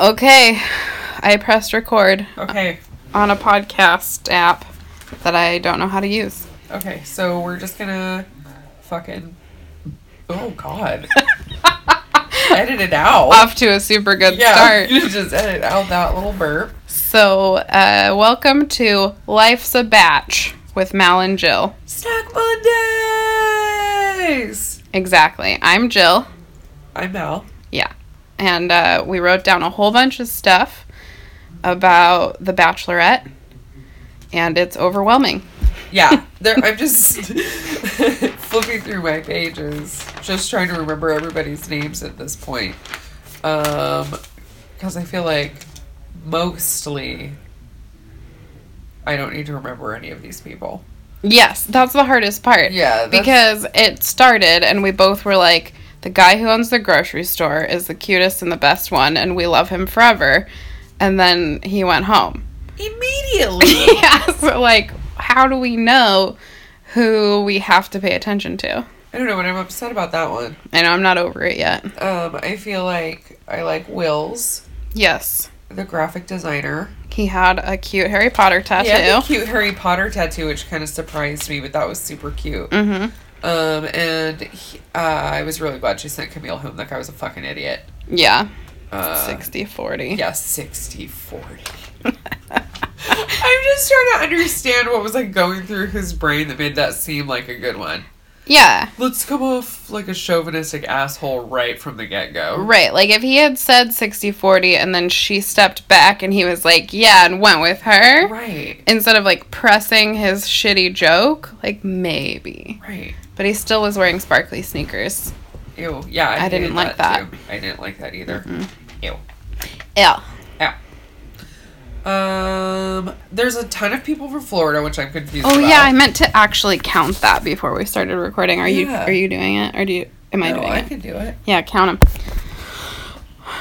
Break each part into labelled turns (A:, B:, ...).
A: Okay, I pressed record
B: Okay.
A: on a podcast app that I don't know how to use.
B: Okay. So we're just gonna fucking. Oh God. edit it out.
A: Off to a super good
B: yeah.
A: Um, start.
B: You just edit out that little burp.
A: So, uh, welcome to Life's a Batch with Mal and Jill.
B: Snack Mondays.
A: Exactly. I'm Jill,
B: I'm Mal.
A: and uh, we wrote down a whole bunch of stuff about The Bachelorette, and it's overwhelming.
B: Yeah. There. I'm just flipping through my pages, just trying to remember everybody's names at this point, um, because I feel like mostly. I don't need to remember any of these people.
A: Yes, that's the hardest part.
B: Yeah, that's-
A: because it started and we both were like the guy who owns the grocery store is the cutest and the best one and we love him forever and then he went home
B: immediately.
A: yeah so like how do we know who we have to pay attention to
B: I don't know, but I'm upset about that one.
A: i know i'm not over it yet
B: Um, I feel like I like Will's,
A: yes
B: the graphic designer.
A: he had a cute harry potter tattoo
B: Yeah, the cute Harry Potter tattoo, which kind of surprised me, but that was super cute.
A: mm-hmm
B: Um, and he, uh, I was really glad she sent Camille home. That guy was a fucking idiot.
A: yeah
B: Uh,
A: 60 40
B: Yeah, 60 40. I'm just trying to understand what was like going through his brain that made that seem like a good one.
A: yeah
B: Let's come off like a chauvinistic asshole right from the get go.
A: Right. Like if he had said 60 40 and then she stepped back and he was like, yeah, and went with her
B: Right.
A: instead of like pressing his shitty joke, like maybe.
B: Right.
A: But he still was wearing sparkly sneakers.
B: Ew. Yeah.
A: I didn't
B: hated
A: like that.
B: too. I didn't like that either. Ew.
A: Yeah.
B: Um, there's a ton of people from Florida, which I'm confused.
A: Oh
B: about.
A: yeah, I meant to actually count that before we started recording. Are you
B: Yeah.
A: are you doing it or do you am I
B: no,
A: doing
B: I
A: it?
B: can do it.
A: Yeah, count them.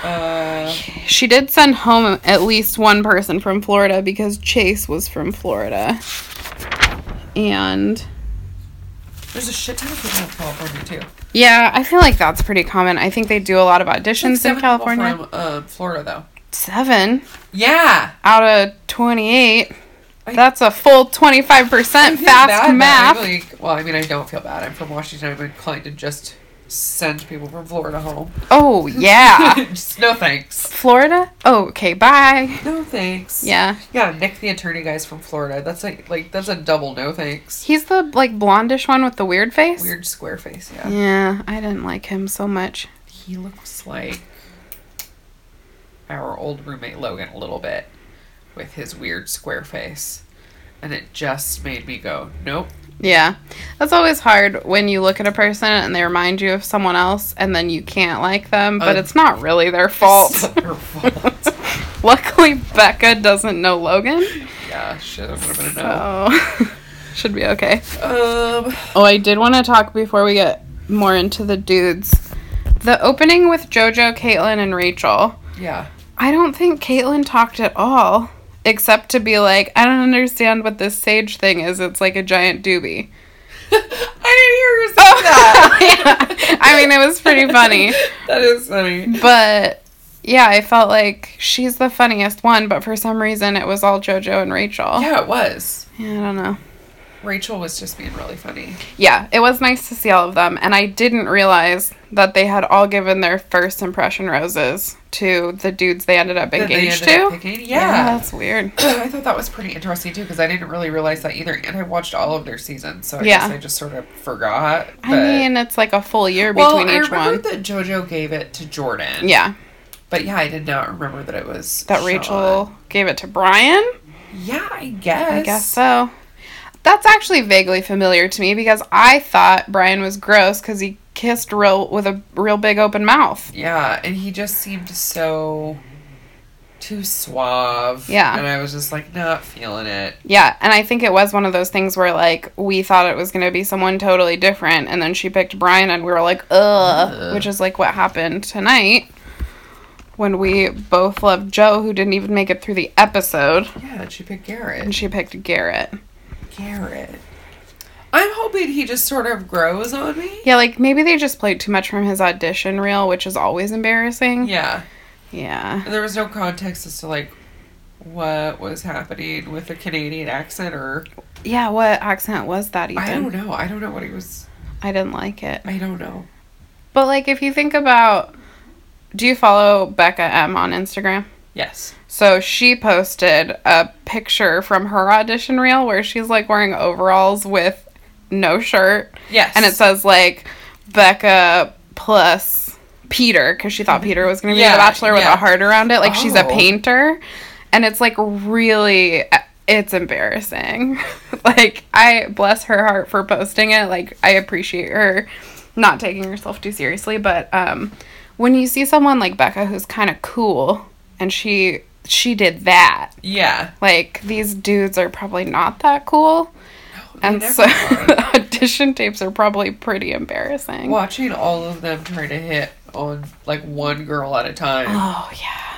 B: Uh,
A: She did send home at least one person from Florida because Chase was from Florida. And
B: there's a shit ton of people from California too.
A: Yeah, I feel like that's pretty common. I think they do a lot of
B: Like
A: auditions
B: seven
A: in
B: people
A: California.
B: from uh, Florida though.
A: Seven
B: Yeah,
A: out of 28.
B: I-
A: That's a full 25%
B: I
A: fast
B: feel bad now.
A: math.
B: I like, well, I mean, I don't feel bad. I'm from Washington. I'm inclined to just send people from Florida home.
A: Oh, yeah.
B: just, no thanks.
A: Florida? Oh, okay, bye.
B: No thanks.
A: Yeah.
B: Yeah, Nick the attorney guy's from Florida. That's like like that's a double no thanks.
A: He's the like blondish one with the weird face.
B: Weird square face, yeah.
A: Yeah, I didn't like him so much.
B: He looks like our old roommate Logan a little bit with his weird square face. And it just made me go, Nope.
A: Yeah. That's always hard when you look at a person and they remind you of someone else and then you can't like them, but
B: Uh,
A: it's not really their
B: it's
A: fault.
B: not Your fault.
A: Luckily, Becca doesn't know Logan.
B: yeah, shit, that would have been a
A: So should be okay.
B: no. Um
A: Oh, I did want to talk before we get more into the dudes. The opening with JoJo, Caitlyn, and Rachel.
B: Yeah.
A: I don't think Caitlyn talked at all, except to be like, I don't understand what this sage thing is. It's like a giant doobie.
B: I didn't hear you say that.
A: Yeah. I mean, it was pretty funny.
B: That is funny.
A: But yeah, I felt like she's the funniest one, but for some reason it was all JoJo and Rachel.
B: Yeah, it was.
A: yeah I don't know.
B: Rachel was just being really funny.
A: Yeah, it was nice to see all of them, and I didn't realize that they had all given their first impression roses to the dudes they ended up
B: That they
A: engaged
B: ended up
A: to.
B: picking. yeah.
A: that's weird.
B: I thought that was pretty interesting too because I didn't really realize that either, and I watched all of their seasons, so I
A: Yeah.
B: guess I just sort of forgot.
A: I
B: but-
A: mean, it's like a full year
B: well,
A: between
B: I
A: each
B: remembered
A: one.
B: that JoJo gave it to Jordan.
A: yeah,
B: but yeah, I did not remember that it was
A: that
B: Sean.
A: Rachel gave it to Brian.
B: Yeah, I guess.
A: I guess so. That's actually vaguely familiar to me because I thought Brian was gross because he kissed real with a real big open mouth.
B: Yeah, and he just seemed so too suave.
A: Yeah.
B: and I was just like not feeling it.
A: Yeah, and I think it was one of those things where like we thought it was going to be someone totally different, and then she picked Brian, and we were like, ugh,
B: Ugh.
A: which is like what happened tonight when we both loved Joe, who didn't even make it through the episode,
B: Yeah, and she picked
A: and
B: Garrett.
A: she picked Garrett.
B: Garrett. I'm hoping he just sort of grows on me.
A: Yeah, like maybe they just played too much from his audition reel, which is always embarrassing.
B: Yeah.
A: Yeah.
B: And there was no context as to like what was happening with a Canadian accent or
A: Yeah, what accent was that even?
B: I don't know. I don't know what he was
A: I didn't like it.
B: I don't know.
A: But like if you think about do you follow Becca M on Instagram?
B: Yes.
A: So she posted a picture from her audition reel where she's like wearing overalls with no shirt
B: Yes.
A: and it says like Becca plus Peter because she thought Peter was going to be
B: Yeah,
A: the bachelor with
B: yeah.
A: a heart around it. Like she's a
B: Oh.
A: painter, and it's like really, it's embarrassing. like I bless her heart for posting it. Like I appreciate her not taking herself too seriously, but um, when you see someone like Becca who's kind of cool, and she she did that.
B: Yeah.
A: Like these dudes are probably not that cool. And
B: They
A: so
B: never are.
A: audition tapes are probably pretty embarrassing.
B: watching all of them trying to hit on like one girl at a time.
A: Oh yeah.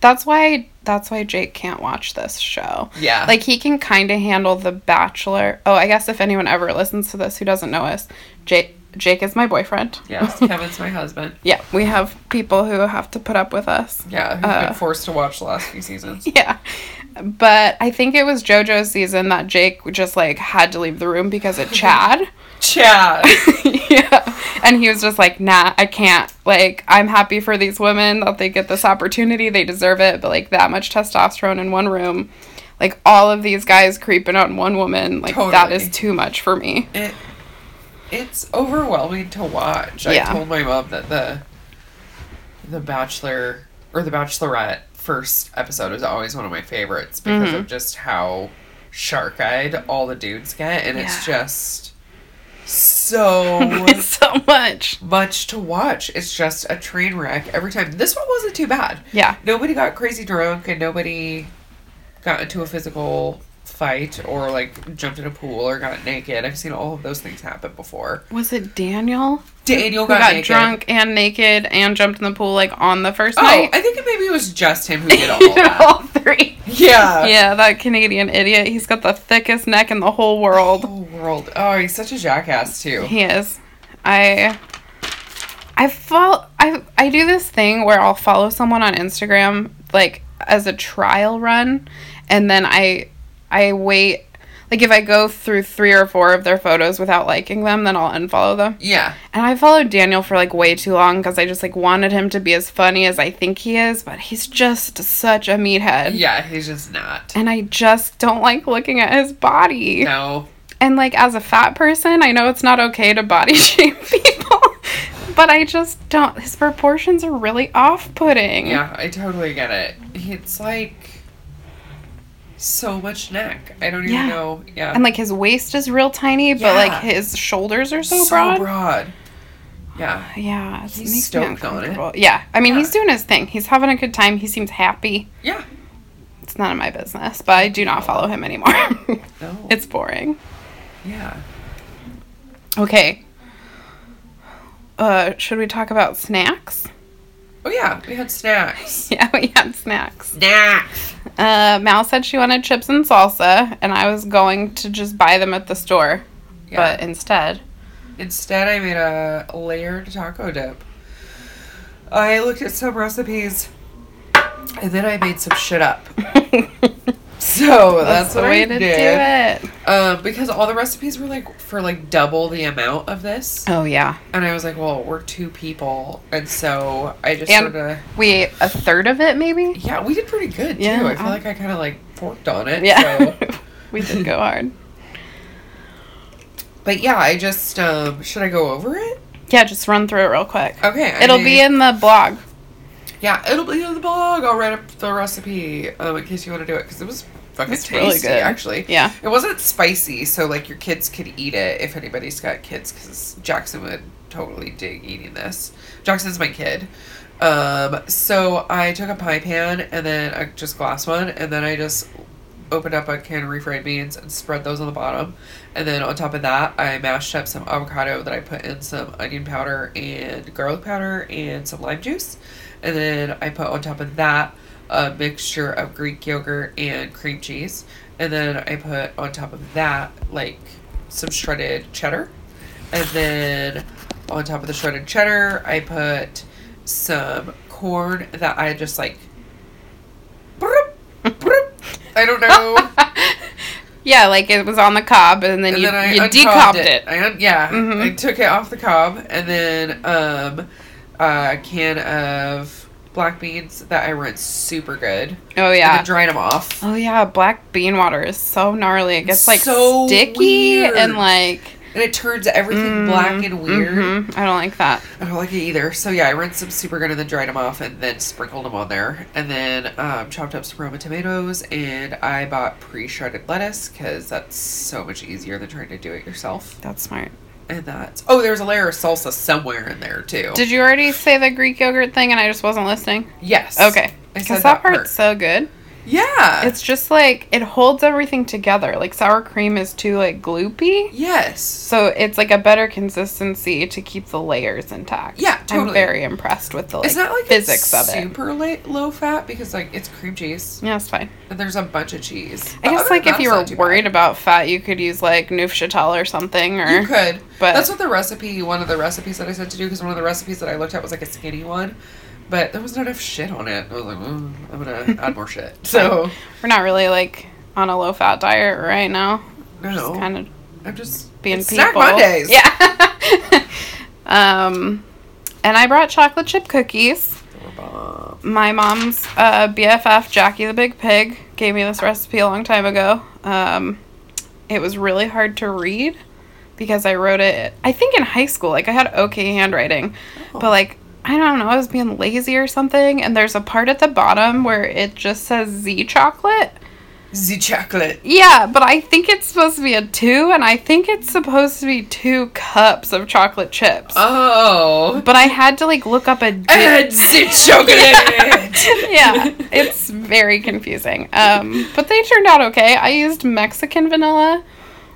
A: That's why that's why Jake can't watch this show.
B: Yeah.
A: Like he can kind of handle The Bachelor. Oh, I guess if anyone ever listens to this who doesn't know us, Jake Jake is my boyfriend.
B: yes, Kevin's my husband.
A: yeah, we have people who have to put up with us.
B: Yeah, who's
A: Uh,
B: been forced to watch the last few seasons.
A: Yeah. But I think it was JoJo's season that Jake just like had to leave the room because of Chad.
B: Chad.
A: yeah. And he was just like, nah, I can't. Like, I'm happy for these women that they get this opportunity. They deserve it. But, like, that much testosterone in one room, like, all of these guys creeping on one woman, like, that
B: Totally.
A: is too much for me.
B: it it's overwhelming to watch.
A: Yeah.
B: I told my mom that the the Bachelor or the Bachelorette first episode is always one of my favorites because
A: Mm-hmm.
B: of just how shark eyed all the dudes get, and it's
A: Yeah.
B: just so
A: It's so much.
B: much to watch. It's just a train wreck every time. This one wasn't too bad.
A: Yeah.
B: Nobody got crazy drunk and nobody got into a physical fight or like jumped in a pool or got naked. I've seen all of those things happen before.
A: Was it Daniel?
B: Daniel
A: Who got,
B: got, naked.
A: drunk and naked and jumped in the pool, like, on the first
B: Oh,
A: night?
B: I think it maybe was just him who did all
A: He did
B: that. Uh,
A: all three.
B: Yeah.
A: yeah, that Canadian idiot. He's got the thickest neck in the whole world.
B: Oh world. Oh, he's such a jackass too.
A: He is. I I fall I I do this thing where I'll follow someone on Instagram like as a trial run and then I I wait like if I go through 3 or 4 of their photos without liking them then I'll unfollow them.
B: Yeah.
A: And I followed Daniel for like way too long cuz I just like wanted him to be as funny as I think he is, but he's just such a meathead.
B: Yeah, he's just not.
A: And I just don't like looking at his body.
B: No.
A: And like as a fat person, I know it's not okay to body shame people, but I just don't. His proportions are really off-putting.
B: Yeah, I totally get it. It's like so much neck. I don't even
A: Yeah.
B: know. Yeah.
A: And like his waist is real tiny, but
B: Yeah.
A: like his shoulders are so, broad.
B: Yeah.
A: Yeah, it
B: He's
A: makes me
B: stoked on it.
A: uncomfortable. Yeah, I mean
B: Yeah.
A: he's doing his thing. He's having a good time. He seems happy.
B: Yeah.
A: It's none of my business, but I do not follow him anymore.
B: No.
A: it's boring.
B: yeah.
A: Okay. Uh, should we talk about snacks?
B: Oh yeah, we had snacks.
A: Yeah, we had snacks.
B: Snacks.
A: Uh, Mal said she wanted chips and salsa, and I was going to just buy them at the store,
B: Yeah.
A: but instead,
B: Instead, I made a layered taco dip. I looked at some recipes, and then I made some shit up. So that's,
A: the
B: what
A: way
B: I
A: to
B: did.
A: do it.
B: Um, because all the recipes were like for like double the amount of this,
A: Oh yeah,
B: and I was like, well, we're two people, and so I just
A: And-
B: sort of
A: we ate a third of it, maybe.
B: yeah, we did pretty good
A: Yeah,
B: too. I feel
A: I-
B: like I kind of like forked on it.
A: Yeah,
B: So.
A: we did go hard.
B: But yeah, I just um should I go over it?
A: Yeah, just run through it real quick.
B: Okay. I
A: It'll be
B: made-
A: in the blog.
B: Yeah, it'll be in the blog. I'll write up the recipe um in case you want to do it cuz it was fucking
A: It's
B: tasty
A: really good.
B: actually.
A: Yeah.
B: It wasn't spicy, so like your kids could eat it if anybody's got kids cuz Jackson would totally dig eating this. Jackson's my kid. Um so I took a pie pan and then a just glass one and then I just opened up a can of refried beans and spread those on the bottom. And then on top of that, I mashed up some avocado that I put in some onion powder and garlic powder and some lime juice. And then I put on top of that a mixture of Greek yogurt and cream cheese. And then I put on top of that like some shredded cheddar. And then on top of the shredded cheddar, I put some porn that I just like. broop, broop. I don't know.
A: yeah, like it was on the cob, and then
B: and
A: you
B: then I
A: you
B: uncobbed
A: decobbed it.
B: I un- yeah,
A: Mhm.
B: I took it off the cob, and then um, a can of black beans that I rinsed super good.
A: Oh
B: And
A: yeah.
B: then dried them off.
A: Oh yeah, black bean water is so gnarly. It gets like
B: So
A: sticky
B: weird.
A: and like
B: and it turns everything
A: mm,
B: black and weird.
A: mhm. I don't like that.
B: I don't like it either. So yeah, I rinsed some super good and then dried them off and then sprinkled them on there. And then um, chopped up some Roma tomatoes and I bought pre-shredded lettuce because that's so much easier than trying to do it yourself.
A: That's smart.
B: And that's oh, there's a layer of salsa somewhere in there too.
A: Did you already say the Greek yogurt thing and I just wasn't listening?
B: yes.
A: Okay.
B: I said
A: Because
B: that
A: that
B: part. Uh.
A: part's so good.
B: Yeah.
A: It's just like it holds everything together. Like sour cream is too like gloopy.
B: yes.
A: So it's like a better consistency to keep the layers intact.
B: Yeah, totally.
A: I'm very impressed with the like,
B: it's not like
A: physics
B: it's
A: of it.
B: super la- low fat because like it's cream cheese
A: yeah, it's fine.
B: and there's a bunch of cheese.
A: I
B: But
A: guess
B: other
A: like
B: than
A: if
B: that,
A: you
B: it's not
A: were
B: too bad.
A: worried about fat, you could use like Neufchatel or something, or
B: You could.
A: but-
B: that's what the recipe. One of the recipes that I said to do because one of the recipes that I looked at was like a skinny one, but there was not enough shit on it. I was like, "Mm, I'm gonna add more shit. So
A: we're not really like on a low fat diet right now.
B: no,
A: Just kind of
B: I'm just
A: being
B: it's
A: people.
B: snack Mondays.
A: Yeah. um, and I brought chocolate chip cookies.
B: They were bomb.
A: My mom's uh, BFF, Jackie the Big Pig, gave me this recipe a long time ago. Um, it was really hard to read because I wrote it, I think in high school. Like, I had okay handwriting,
B: Oh.
A: but like, I don't know, I was being lazy or something. And there's a part at the bottom where it just says Z chocolate.
B: the chocolate.
A: Yeah, but I think it's supposed to be a two, and I think it's supposed to be two cups of chocolate chips.
B: Oh,
A: but I had to like look up a di-
B: and the chocolate.
A: yeah, it's very confusing. Um, but they turned out okay. I used Mexican vanilla,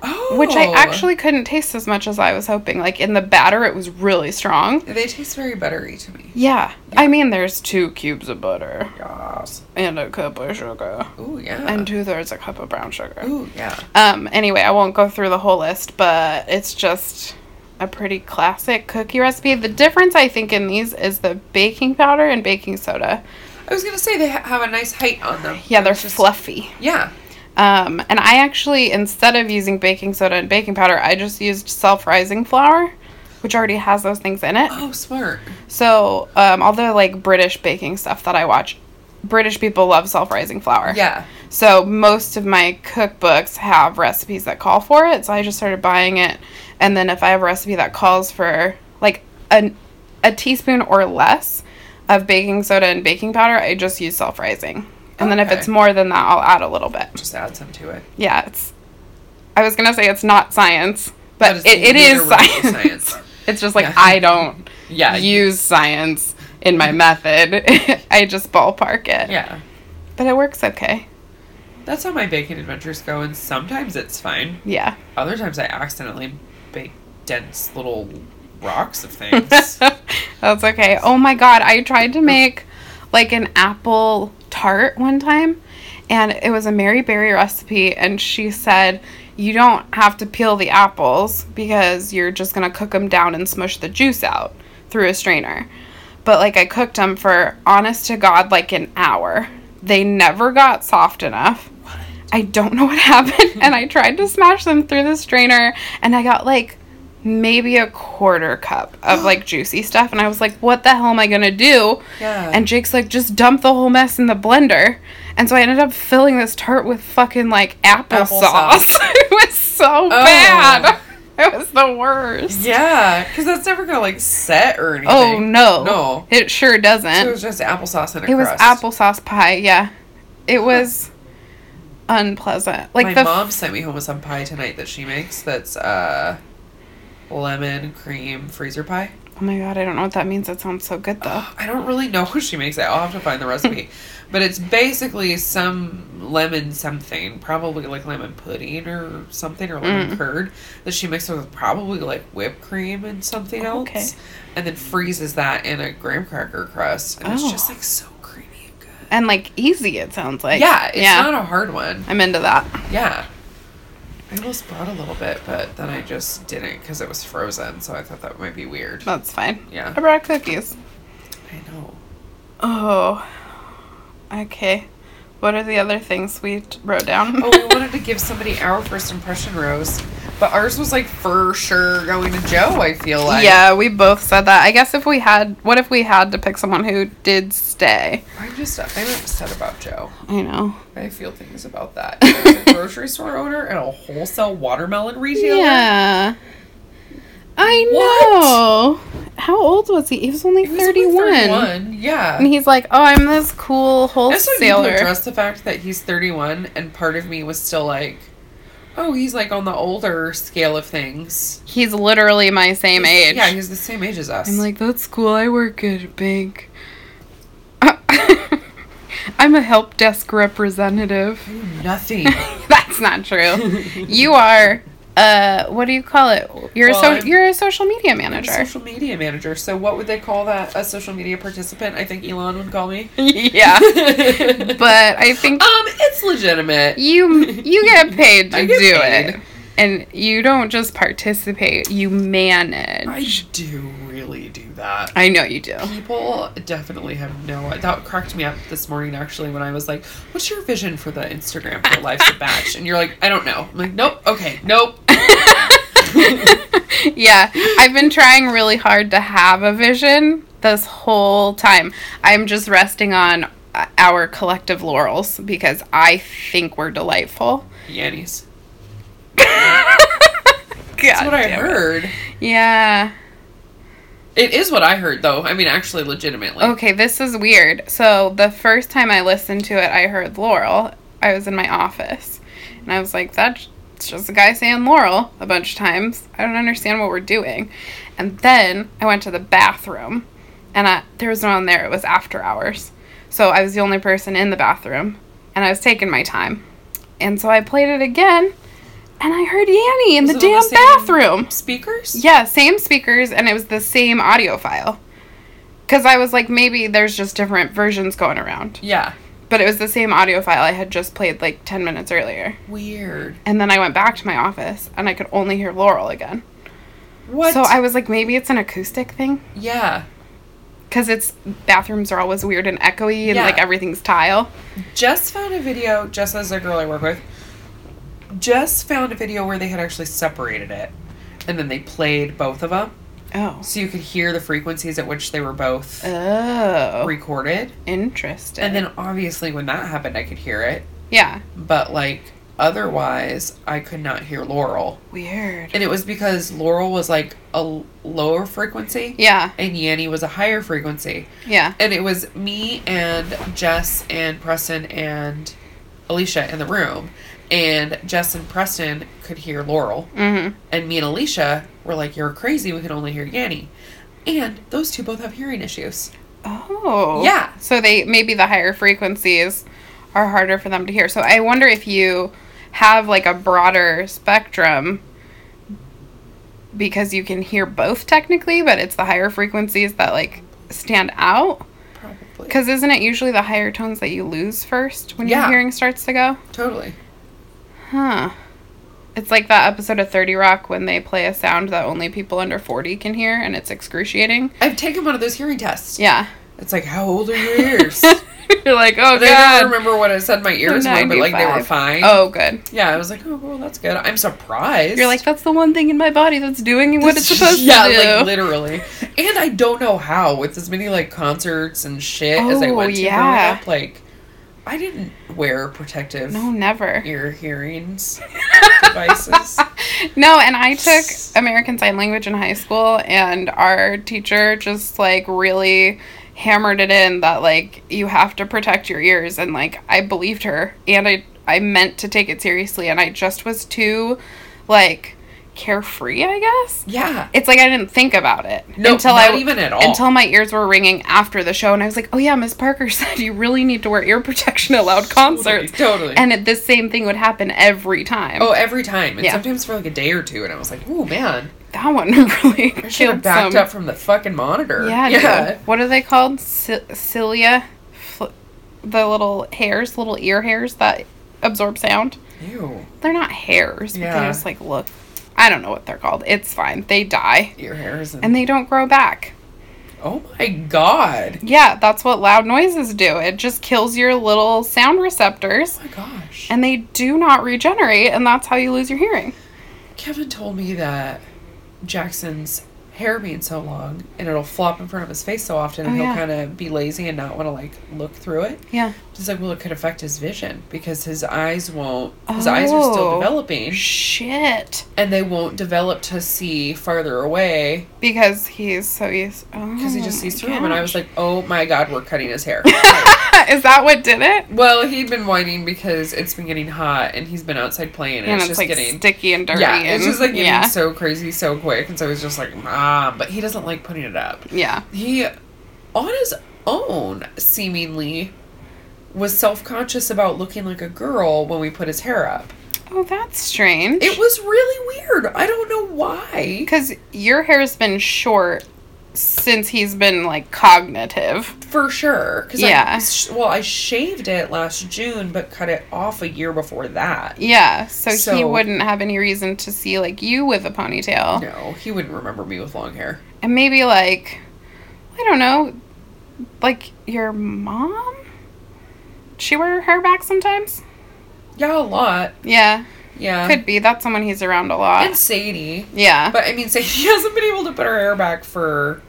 B: oh,
A: which I actually couldn't taste as much as I was hoping. Like in the batter, it was really strong.
B: they taste very buttery to me.
A: Yeah, I mean, there's two cubes of butter
B: Yes.
A: and a cup of sugar
B: Ooh yeah.
A: and two thirds a cup of brown sugar.
B: Ooh yeah.
A: Um, anyway, I won't go through the whole list, but it's just a pretty classic cookie recipe. The difference I think in these is the baking powder and baking soda.
B: I was gonna say they ha- have a nice height on them.
A: Yeah, they're
B: It's just-
A: fluffy.
B: Yeah.
A: Um, and I actually, instead of using baking soda and baking powder, I just used self rising flour, which already has those things in it.
B: Oh, smart.
A: So, um, all the like British baking stuff that I watch, British people love self rising flour.
B: Yeah.
A: So most of my cookbooks have recipes that call for it. So I just started buying it, and then if I have a recipe that calls for like an, a teaspoon or less of baking soda and baking powder, I just use self rising. And then if
B: Okay.
A: it's more than that, I'll add a little bit.
B: Just add some to it.
A: Yeah, it's. I was gonna say it's not science, but,
B: it's
A: it, it is
B: literally
A: science.
B: science.
A: It's just like
B: Yeah.
A: I don't
B: Yeah.
A: use science in my method. I just ballpark it.
B: yeah.
A: But it works okay.
B: That's how my baking adventures go, and sometimes it's fine.
A: Yeah.
B: Other times I accidentally bake dense little rocks of things.
A: That's okay. Oh my god, I tried to make like an apple tart one time and it was a Mary Berry recipe and she said you don't have to peel the apples because you're just going to cook them down and smush the juice out through a strainer. But like I cooked them for honest to god like an hour. They never got soft enough. I don't know what happened. and I tried to smash them through the strainer, and I got like maybe a quarter cup of like juicy stuff. And I was like, what the hell am I gonna do?
B: Yeah.
A: And Jake's like, just dump the whole mess in the blender. And so I ended up filling this tart with fucking like applesauce.
B: Applesauce. Oh.
A: it was so bad. It was the worst.
B: yeah, because that's never gonna like set or anything.
A: Oh no.
B: No.
A: It sure doesn't.
B: It was just applesauce and a
A: It was
B: crust.
A: applesauce pie. Yeah, it was unpleasant. Like
B: My
A: the
B: mom sent me home with some pie tonight that she makes. That's uh, lemon cream freezer pie.
A: oh my god, I don't know what that means. It sounds so good though.
B: I don't really know how she makes it. I'll have to find the recipe. but it's basically some lemon something, probably like lemon pudding or something, or
A: Mm.
B: lemon curd that she mixes with probably like whipped cream and something else.
A: Oh, Okay.
B: And then freezes that in a graham cracker crust. And it's
A: Oh.
B: just like so creamy and good.
A: and like easy, it sounds like.
B: yeah, it's
A: yeah.
B: not a hard one.
A: I'm into that.
B: Yeah. I almost brought a little bit, but then I just didn't because it was frozen, so I thought that might be weird.
A: That's fine.
B: Yeah.
A: I brought cookies.
B: I know.
A: Oh. Okay. What are the other things we t- wrote down?
B: Oh, we wanted to give somebody our first impression roast, but ours was like for sure going to Joe. I feel like
A: yeah, we both said that. I guess if we had, what if we had to pick someone who did stay?
B: I'm just I'm upset about Joe.
A: I know.
B: I feel things about that. He was a grocery store owner and a wholesale watermelon retailer.
A: Yeah. I
B: What?
A: know. How old was he? He was only
B: He was only
A: 31.
B: 31. Yeah.
A: And he's like, oh, I'm this cool
B: That's what people
A: wholesaler.
B: address the fact that he's 31, and part of me was still like, oh, he's like on the older scale of things.
A: He's literally my same age.
B: Yeah, he's the same age as us.
A: I'm like, that's cool. I work at a bank. I'm a help desk representative.
B: nothing.
A: That's not true. you are, uh, what do you call it? You're
B: Well,
A: a so
B: I'm-
A: you're a social media
B: I'm a
A: manager.
B: social media manager. So what would they call that? A social media participant? I think Elon would call me.
A: yeah,
B: but
A: but I think
B: um, it's legitimate.
A: you you get paid to
B: I get
A: do
B: paid.
A: it, and you don't just participate. You manage.
B: I do really do that.
A: I know you do.
B: People definitely have no. That cracked me up this morning actually when I was like, "What's your vision for the Instagram for Life's a Batch?" And you're like, "I don't know." I'm like, "Nope, okay, nope."
A: yeah, I've been trying really hard to have a vision this whole time. I'm just resting on uh, our collective laurels because I think we're delightful.
B: Yannies.
A: That's
B: That's what I heard.
A: Yeah.
B: It is what I heard though. I mean, actually, legitimately.
A: Okay, this is weird. So the first time I listened to it, I heard Laurel. I was in my office, and I was like, "That's just a guy saying Laurel a bunch of times. I don't understand what we're doing." And then I went to the bathroom, and I, there was no one there. It was after hours, so I was the only person in the bathroom, and I was taking my time. And so I played it again, and I heard Yanny in the
B: Was it on
A: damn
B: the same-
A: bathroom.
B: Speakers.
A: Yeah, same speakers, and it was the same audio file. Because I was like, maybe there's just different versions going around.
B: Yeah.
A: But it was the same audio file I had just played like 10 minutes earlier.
B: Weird.
A: And then I went back to my office and I could only hear Laurel again.
B: What?
A: So I was like, maybe it's an acoustic thing.
B: Yeah.
A: Because it's bathrooms are always weird and echoey and
B: Yeah.
A: like everything's tile.
B: Jess found a video. Jess is a girl I work with. Jess found a video where they had actually separated it, and then they played both of them,
A: Oh.
B: so you could hear the frequencies at which they were both
A: Oh.
B: recorded.
A: Interesting.
B: And then obviously, when that happened, I could hear it,
A: yeah.
B: but like otherwise, I could not hear Laurel,
A: Weird.
B: and it was because Laurel was like a l- lower frequency,
A: Yeah.
B: and Yanny was a higher frequency.
A: Yeah.
B: and it was me and Jess and Preston and Alicia in the room. And Jess and Preston could hear Laurel.
A: Mm
B: And me and Alicia were like, You're crazy. We can only hear Yanny. And those two both have hearing issues.
A: hmm. Oh.
B: Yeah.
A: So they maybe the higher frequencies are harder for them to hear. So I wonder if you have like a broader spectrum because you can hear both technically, but it's the higher frequencies that like stand out.
B: Probably.
A: Because isn't it usually the higher tones that you lose first when your
B: Yeah.
A: hearing starts to go?
B: Totally.
A: Huh. It's like that episode of 30 Rock when they play a sound that only people under 40 can hear and it's excruciating.
B: I've taken one of those hearing tests.
A: Yeah.
B: It's like, How old are your ears?
A: You're like, oh,
B: But I don't
A: God.
B: remember what I said my ears were, but like they were
A: 95.
B: fine.
A: Oh, good.
B: Yeah, I was like, Oh, well, that's good. I'm surprised.
A: You're like, that's the one thing in my body that's doing what it's supposed
B: yeah,
A: to do.
B: like literally. And I don't know how with as many like concerts and shit as I
A: Oh,
B: went to
A: yeah.
B: growing up, like I didn't wear protective
A: no, never.
B: ear hearings devices.
A: No, and I took American Sign Language in high school, and our teacher just like really hammered it in that like you have to protect your ears, and like I believed her, and I I meant to take it seriously, and I just was too like carefree, I guess.
B: Yeah.
A: It's like I didn't think about it
B: No,
A: until
B: not
A: I
B: even at all.
A: until my ears were ringing after the show, and I was like, "Oh yeah, Miss Parker said you really need to wear ear protection at loud
B: totally.
A: concerts,"
B: totally.
A: and it, this same thing would happen every time.
B: oh, every time. And
A: Yeah.
B: sometimes for like a day or two and I was like, Oh man,
A: That one really
B: I should have
A: killed
B: backed
A: some-
B: up from the fucking monitor.
A: Yeah, yeah. What are they called? C- cilia, Fl- the little hairs, little ear hairs that absorb sound.
B: Ew.
A: They're not hairs, but they
B: Yeah.
A: just like look. I don't know what they're called. It's fine. They die
B: Ear hairs and,
A: and they don't grow back.
B: Oh my god.
A: Yeah, that's what loud noises do. It just kills your little sound receptors
B: Oh my gosh.
A: and they do not regenerate, and that's how you lose your hearing.
B: Kevin told me that Jackson's hair being so long and it'll flop in front of his face so often and
A: Oh,
B: he'll
A: yeah.
B: kind of be lazy and not want to like look through it.
A: Yeah.
B: He's like, well, it could affect his vision because his eyes won't, his eyes are still
A: Oh.
B: developing
A: Shit.
B: and they won't develop to see farther away
A: Because he's so used. oh,
B: because he just sees through them. And I was like, oh my God, we're cutting his hair.
A: is that what did it?
B: well, he'd been whining because it's been getting hot and he's been outside playing and,
A: and
B: it's,
A: it's
B: just
A: like
B: getting.
A: sticky and dirty.
B: yeah,
A: and,
B: it's just like getting
A: yeah,
B: so crazy so quick. And so he's just like, ah, but he doesn't like putting it up.
A: yeah,
B: he on his own seemingly was self-conscious about looking like a girl when we put his hair up
A: Oh, that's strange.
B: it was really weird i don't know why
A: because your hair's been short since he's been like cognitive.
B: for sure because
A: Yeah.
B: well i shaved it last june but cut it off a year before that
A: Yeah, so, he
B: So-
A: wouldn't have any reason to see like you with a ponytail,
B: no he wouldn't remember me with long hair
A: and maybe like I don't know, like your mom. She wear her hair back sometimes.
B: yeah a lot
A: Yeah,
B: yeah
A: could be. That's someone he's around a lot.
B: and sadie
A: yeah.
B: but i mean sadie hasn't been able to put her hair back for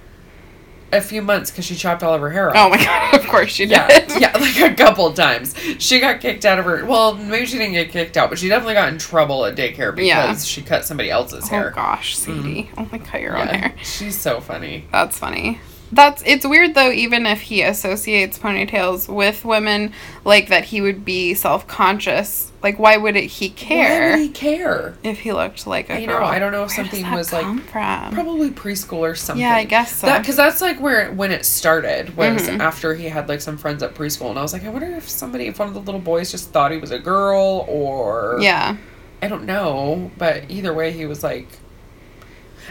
B: a few months because she chopped all of her hair off
A: oh my god! Of course she did.
B: Yeah, yeah, like a couple times. She got kicked out of her. Well, maybe she didn't get kicked out, but she definitely got in trouble at daycare because
A: Yeah.
B: she cut somebody else's
A: Oh
B: hair.
A: gosh, Sadie! Oh my god, your own
B: Mm-hmm. Yeah.
A: hair.
B: She's so funny.
A: That's funny. That's it's weird though even if he associates ponytails with women like that he would be self-conscious. Like why would it, he
B: Why
A: care
B: would he care?
A: if he looked like a
B: You know,
A: girl?
B: I don't know if
A: Where does
B: something
A: that
B: was, like,
A: come from?
B: Probably preschool or something.
A: Yeah, I guess so.
B: That because that's like where when it started was
A: Mhm.
B: after he had like some friends at preschool, and I was like, I wonder if somebody, if one of the little boys just thought he was a girl, or
A: yeah.
B: I don't know, but either way, he was like.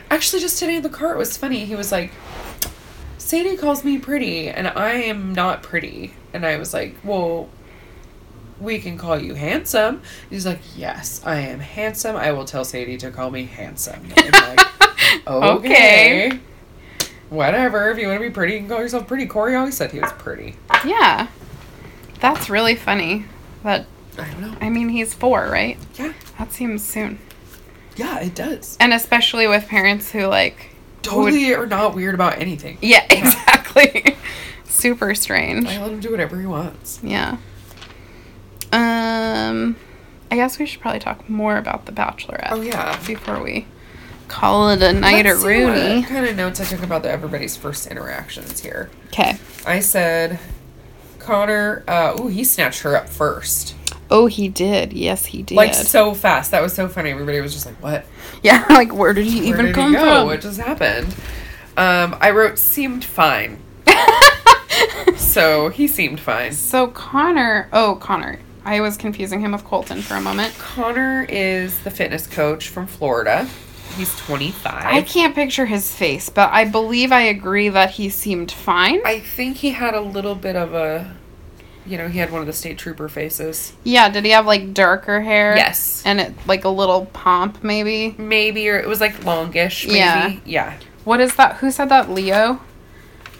B: Actually, just today in the car, it was funny. He was like, Sadie calls me pretty, and I am not pretty. And I was like, Well, we can call you handsome. He's like, Yes, I am handsome. I will tell Sadie to call me handsome. And I'm like, okay.
A: Okay.
B: Whatever. If you want to be pretty, you can call yourself pretty. Corey always said he was pretty.
A: Yeah. That's really funny. That
B: I don't know.
A: I mean he's 4, right?
B: Yeah.
A: That seems soon.
B: Yeah, it does.
A: And especially with parents who like
B: Totally are not weird about anything.
A: Yeah, exactly. Super strange.
B: I let him do whatever he wants.
A: Yeah. Um, I guess we should probably talk more about The Bachelorette
B: Oh yeah.
A: before we call it a night or Rooney.
B: Kind of notes I took about the, everybody's first interactions here.
A: Okay.
B: I said, Connor. Uh, ooh, he snatched her up first,
A: Oh, he did. Yes, he did.
B: like so fast. That was so funny. Everybody was just like, "What?
A: yeah, like where did he
B: Where
A: even
B: did
A: come
B: he go?
A: from?
B: What just happened?" Um, I wrote seemed fine, so he seemed fine.
A: so Connor. Oh, Connor. I was confusing him with Colton for a moment.
B: Connor is the fitness coach from Florida. He's twenty
A: I
B: five.
A: can't picture his face, but I believe I agree that he seemed fine.
B: I think he had a little bit of a, you know, he had one of the state trooper faces.
A: yeah, did he have like darker hair?
B: Yes.
A: And it like a little pomp maybe?
B: maybe or it was like longish maybe.
A: Yeah.
B: yeah
A: What is that? Who said that? Leo?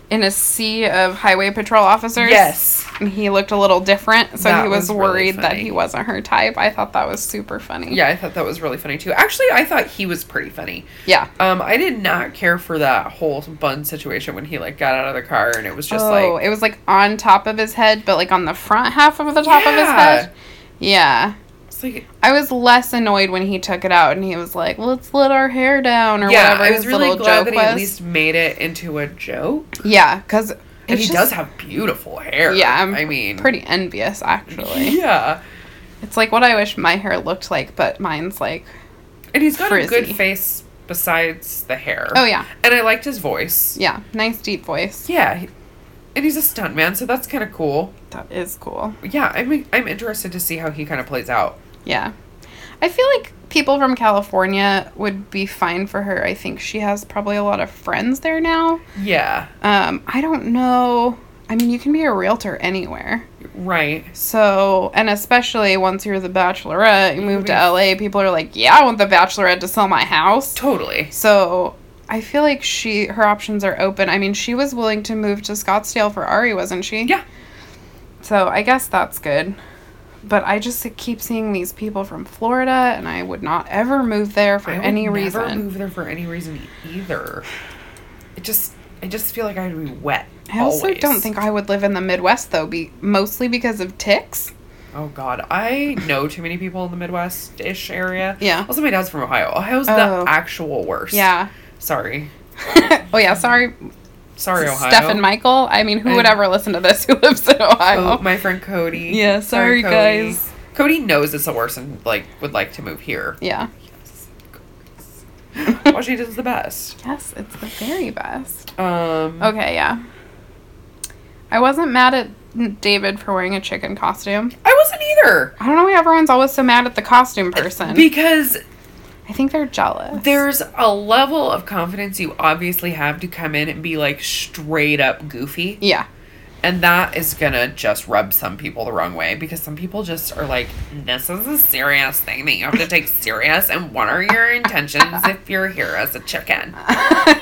A: In a sea of highway patrol officers? And he looked a little different, so
B: That
A: he was,
B: was really
A: worried that
B: funny.
A: he wasn't her type. I thought that was super funny.
B: yeah i thought that was really funny too actually i thought he was pretty funny
A: Yeah.
B: um i did not care for that whole bun situation when he like got out of the car and it was just
A: oh,
B: like
A: it was like on top of his head, but like on the front half of the top of his
B: Yeah.
A: head. Yeah.
B: it's like
A: I was less annoyed when he took it out and he was like, let's let our hair down or
B: yeah
A: whatever
B: i was
A: his
B: really
A: little
B: glad
A: joke
B: that he
A: was.
B: at least made it into a joke
A: yeah, because
B: and he does have beautiful hair
A: Yeah, I'm
B: i mean
A: pretty envious actually.
B: yeah
A: It's like what I wish my hair looked like, but mine's like,
B: and he's got a
A: Frizzy.
B: good face besides the hair
A: oh yeah,
B: and i liked his voice
A: yeah, nice deep voice.
B: yeah he- and he's a stuntman so that's kind of cool
A: That is cool.
B: yeah, I'm I'm interested to see how he kind of plays out.
A: Yeah. I feel like people from California would be fine for her. I think she has probably a lot of friends there now.
B: Yeah,
A: Um, I don't know. I mean, you can be a realtor anywhere.
B: right.
A: So, and especially once you're the bachelorette, you move to
B: be-
A: LA, people are like, yeah, I want the bachelorette to sell my house.
B: Totally.
A: So, I feel like she her options are open. I mean, she was willing to move to Scottsdale for Ari, wasn't she?
B: Yeah.
A: So I guess that's good. But I just keep seeing these people from Florida, and I would not ever move there for
B: I would
A: any
B: never
A: reason.
B: move there for any reason either. It just, I just feel like I'd be wet.
A: I also
B: always.
A: don't think I would live in the Midwest though, be mostly because of ticks.
B: Oh God, I know too many people in the Midwest-ish area.
A: Yeah.
B: Also, my dad's from Ohio. Ohio's
A: Oh.
B: the actual worst.
A: Yeah.
B: Sorry.
A: oh yeah. Sorry,
B: Sorry, Ohio.
A: Stefan Michael. I mean, who would
B: I-
A: ever listen to this who lives in Ohio?
B: Oh, my friend Cody.
A: Yeah, sorry,
B: Cody.
A: guys.
B: Cody knows it's the worst and like would like to move here.
A: yeah.
B: Washington's the best.
A: Yes, it's the very best.
B: Um,
A: Okay, yeah. I wasn't mad at David for wearing a chicken costume.
B: I wasn't either
A: I don't know why everyone's always so mad at the costume person.
B: because
A: I think they're jealous.
B: there's a level of confidence you obviously have to come in and be like straight up goofy,
A: yeah.
B: and that is gonna just rub some people the wrong way because some people just are like, this is a serious thing that you have to take serious, and what are your intentions if you're here as a chicken?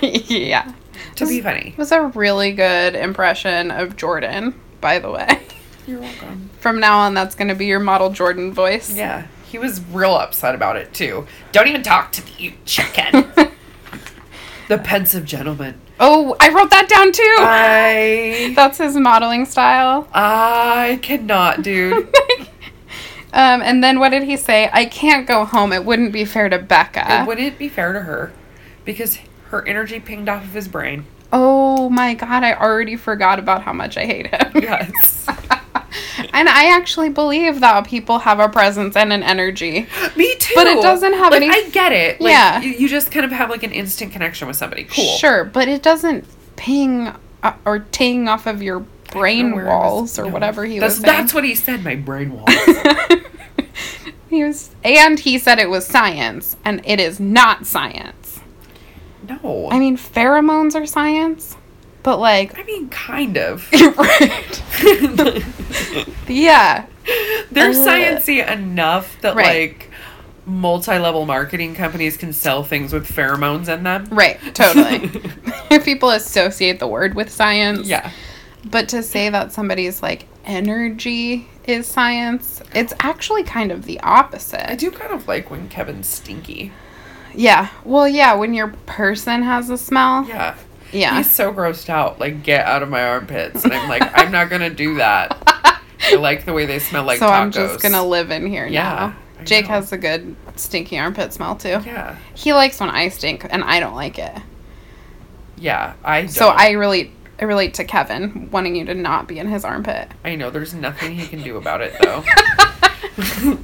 A: yeah.
B: To be funny,
A: It was a really good impression of Jordan, by the way.
B: you're welcome.
A: From now on, that's going to be your model Jordan voice.
B: Yeah, he was real upset about it too. Don't even talk to me, you chicken. the pensive gentleman.
A: oh, I wrote that down too.
B: Uh, I
A: that's his modeling style.
B: I cannot, dude.
A: Um, and then what did he say? I can't go home. It wouldn't be fair to Becca.
B: It wouldn't be fair to her because her energy pinged off of his brain.
A: oh my god, I already forgot about how much I hate him.
B: Yes.
A: and I actually believe that people have a presence and an energy.
B: me too.
A: But it doesn't have
B: Like,
A: any-
B: I get it. Like,
A: Yeah.
B: You, you just kind of have like an instant connection with somebody. Cool.
A: Sure, but it doesn't ping uh, or ting off of your brain
B: Where it was-
A: walls or
B: no.
A: whatever he
B: that's,
A: was saying.
B: That's what he said. My brain walls.
A: he was, and he said it was science, and it is not science.
B: no.
A: I mean, pheromones are science, but like,
B: I mean, kind of.
A: right? Yeah,
B: They're
A: Ugh.
B: sciency enough that
A: Right.
B: like multi-level marketing companies can sell things with pheromones in them.
A: right, totally. People associate the word with science.
B: Yeah.
A: But to say that somebody's like energy is science, it's actually kind of the
B: I
A: opposite.
B: do kind of like when Kevin's stinky.
A: Yeah. Well, yeah, when your person has a smell.
B: Yeah.
A: Yeah.
B: He's so grossed out. Like, get out of my armpits. And I'm like, I'm not gonna do that. I like the way they smell like
A: so
B: tacos.
A: I'm just going to live in here
B: Yeah, I
A: now. Jake
B: know.
A: has a good stinky armpit smell too.
B: Yeah.
A: He likes when I stink and I don't like it.
B: Yeah. I don't.
A: So I relate I relate to Kevin wanting you to not be in his armpit.
B: I know there's nothing he can do about it though.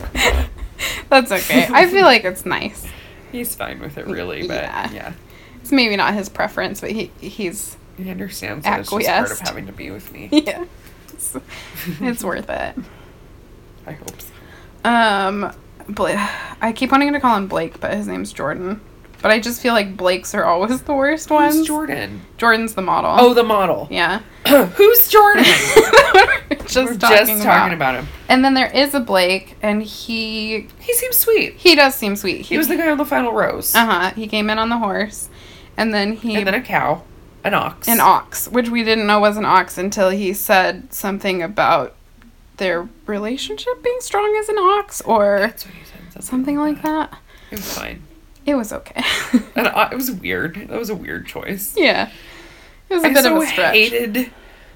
A: That's okay. I feel like it's nice.
B: He's fine with it really, but
A: Yeah.
B: yeah.
A: It's maybe not his preference, but he he's
B: He understands that it's just part of
A: Acquiesced.
B: having to be with me.
A: yeah. It's, it's worth it.
B: I hope so.
A: Um, Blake. I keep wanting to call him Blake, but his name's Jordan. But I just feel like Blakes are always the worst ones.
B: Who's Jordan?
A: Jordan's the model.
B: Oh, the model.
A: yeah.
B: Who's Jordan?
A: just
B: We're
A: talking,
B: just
A: about.
B: talking about him.
A: And then there is a Blake, and he
B: He seems sweet.
A: he does seem sweet.
B: He was the guy on the final rose.
A: uh huh. He came in on the horse, and then he
B: and then a cow, an ox.
A: an ox, which we didn't know was an ox until he said something about their relationship being strong as an ox or
B: That's what he said.
A: something like that.
B: that. It was fine.
A: It was okay.
B: An o- it was weird. That was a weird choice.
A: yeah. It was a
B: I
A: bit
B: so
A: of a stretch.
B: hated.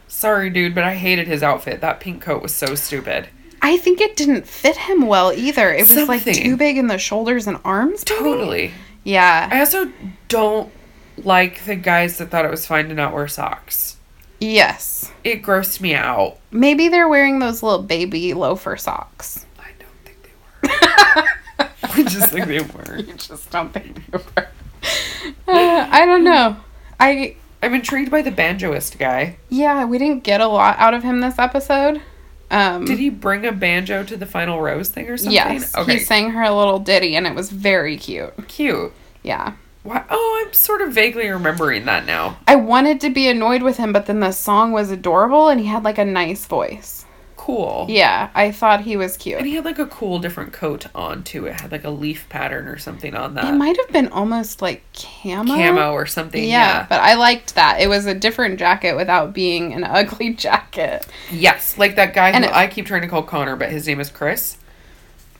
B: Sorry, dude, but I hated his outfit. That pink coat was so stupid.
A: I think it didn't fit him well either. It was like
B: Something.
A: too big in the shoulders and arms. maybe?
B: Totally.
A: Yeah.
B: I also don't like the guys that thought it was fine to not wear socks.
A: Yes.
B: It grossed me out.
A: Maybe they're wearing those little baby loafer socks.
B: I don't think they were. I just think they were.
A: You just don't think they were. Uh, I don't know. I
B: I'm intrigued by the banjoist guy.
A: yeah, we didn't get a lot out of him this episode. Um
B: Did he bring a banjo to the final rose thing or something?
A: yes,
B: Okay.
A: he sang her a little ditty and it was very cute.
B: Cute.
A: Yeah.
B: Why? Oh, I'm sort of vaguely remembering that now.
A: I wanted to be annoyed with him, but then the song was adorable and he had like a nice voice.
B: cool.
A: Yeah, I thought he was
B: And
A: cute.
B: he had like a cool different coat on too. It had like a leaf pattern or something on that
A: It might have been almost like camo.
B: camo or something.
A: Yeah,
B: Yeah.
A: but I liked that. It was a different jacket without being an ugly jacket.
B: Yes, like that guy
A: And
B: who
A: it-
B: I keep trying to call Connor, but his name is Chris.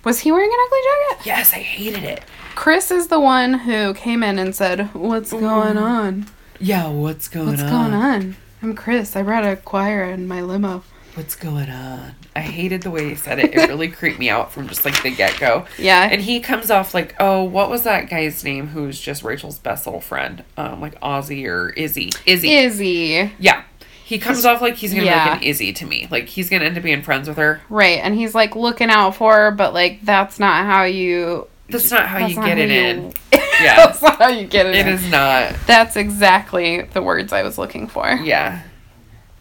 A: Was he wearing an ugly jacket?
B: Yes, I hated it.
A: Chris is the one who came in and said, "What's going on?
B: Yeah, what's going
A: What's
B: on?
A: going on? I'm Chris. I brought a choir in my limo."
B: What's going on? I hated the way he said it. It really creeped me out from just like the get go.
A: Yeah,
B: And he comes off like, oh, what was that guy's name who's just Rachel's best little friend? Um, like Ozzy or Izzy. Izzy.
A: Izzy.
B: yeah. He comes off like he's gonna be
A: yeah.
B: like an Izzy to me. Like he's gonna end up being friends with her.
A: Right, and he's like looking out for her, but like that's not how you.
B: That's not how
A: that's
B: you
A: not
B: get
A: how
B: it
A: you-
B: in. Yeah.
A: that's not how you get it,
B: It
A: in.
B: is not.
A: That's exactly the words I was looking for.
B: Yeah.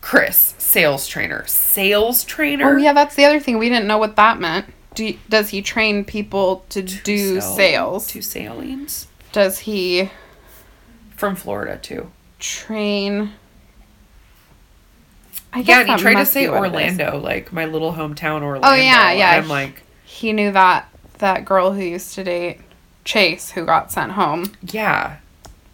B: Chris, sales trainer. Sales trainer?
A: Oh yeah, that's the other thing. We didn't know what that meant. Do you- does he train people to, do
B: Sell-
A: sales?
B: To salings?
A: does he
B: From Florida too.
A: train? I
B: Yeah, and he
A: that
B: tried to
A: must
B: say
A: be what it is. Oh,
B: Orlando, like my little hometown Orlando.
A: yeah, yeah.
B: And I'm like,
A: He knew that that girl who used to date Chase, who got sent home,
B: yeah,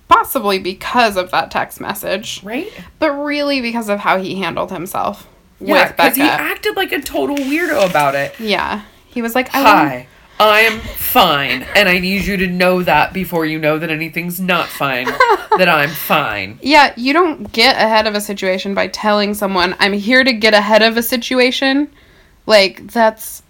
A: possibly because of that text message,
B: right?
A: but really because of how he handled himself
B: Yeah,
A: with
B: because
A: Becca.
B: he acted like a total weirdo about it.
A: yeah, he was like, I wanna-
B: Hi, I am fine, and I need you to know that before you know that anything's not fine, that I'm fine.
A: Yeah, you don't get ahead of a situation by telling someone, I'm here to get ahead of a situation. Like, that's